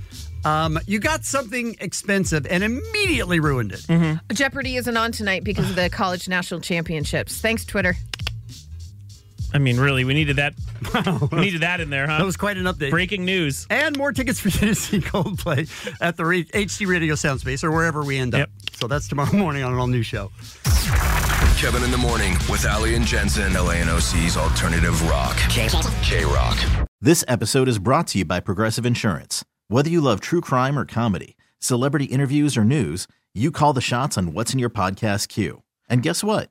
Um, you got something expensive and immediately ruined it. Mm-hmm. Jeopardy isn't on tonight because of the college national championships. Thanks, Twitter. I mean, really, we needed that. we needed that in there, huh? That was quite an update. Breaking news. And more tickets for Tennessee Coldplay at the re- HD Radio Soundspace or wherever we end up. So that's tomorrow morning on an all new show. Kevin in the Morning with Ali and Jensen, LANOC's Alternative Rock. K Rock. This episode is brought to you by Progressive Insurance. Whether you love true crime or comedy, celebrity interviews or news, you call the shots on what's in your podcast queue. And guess what?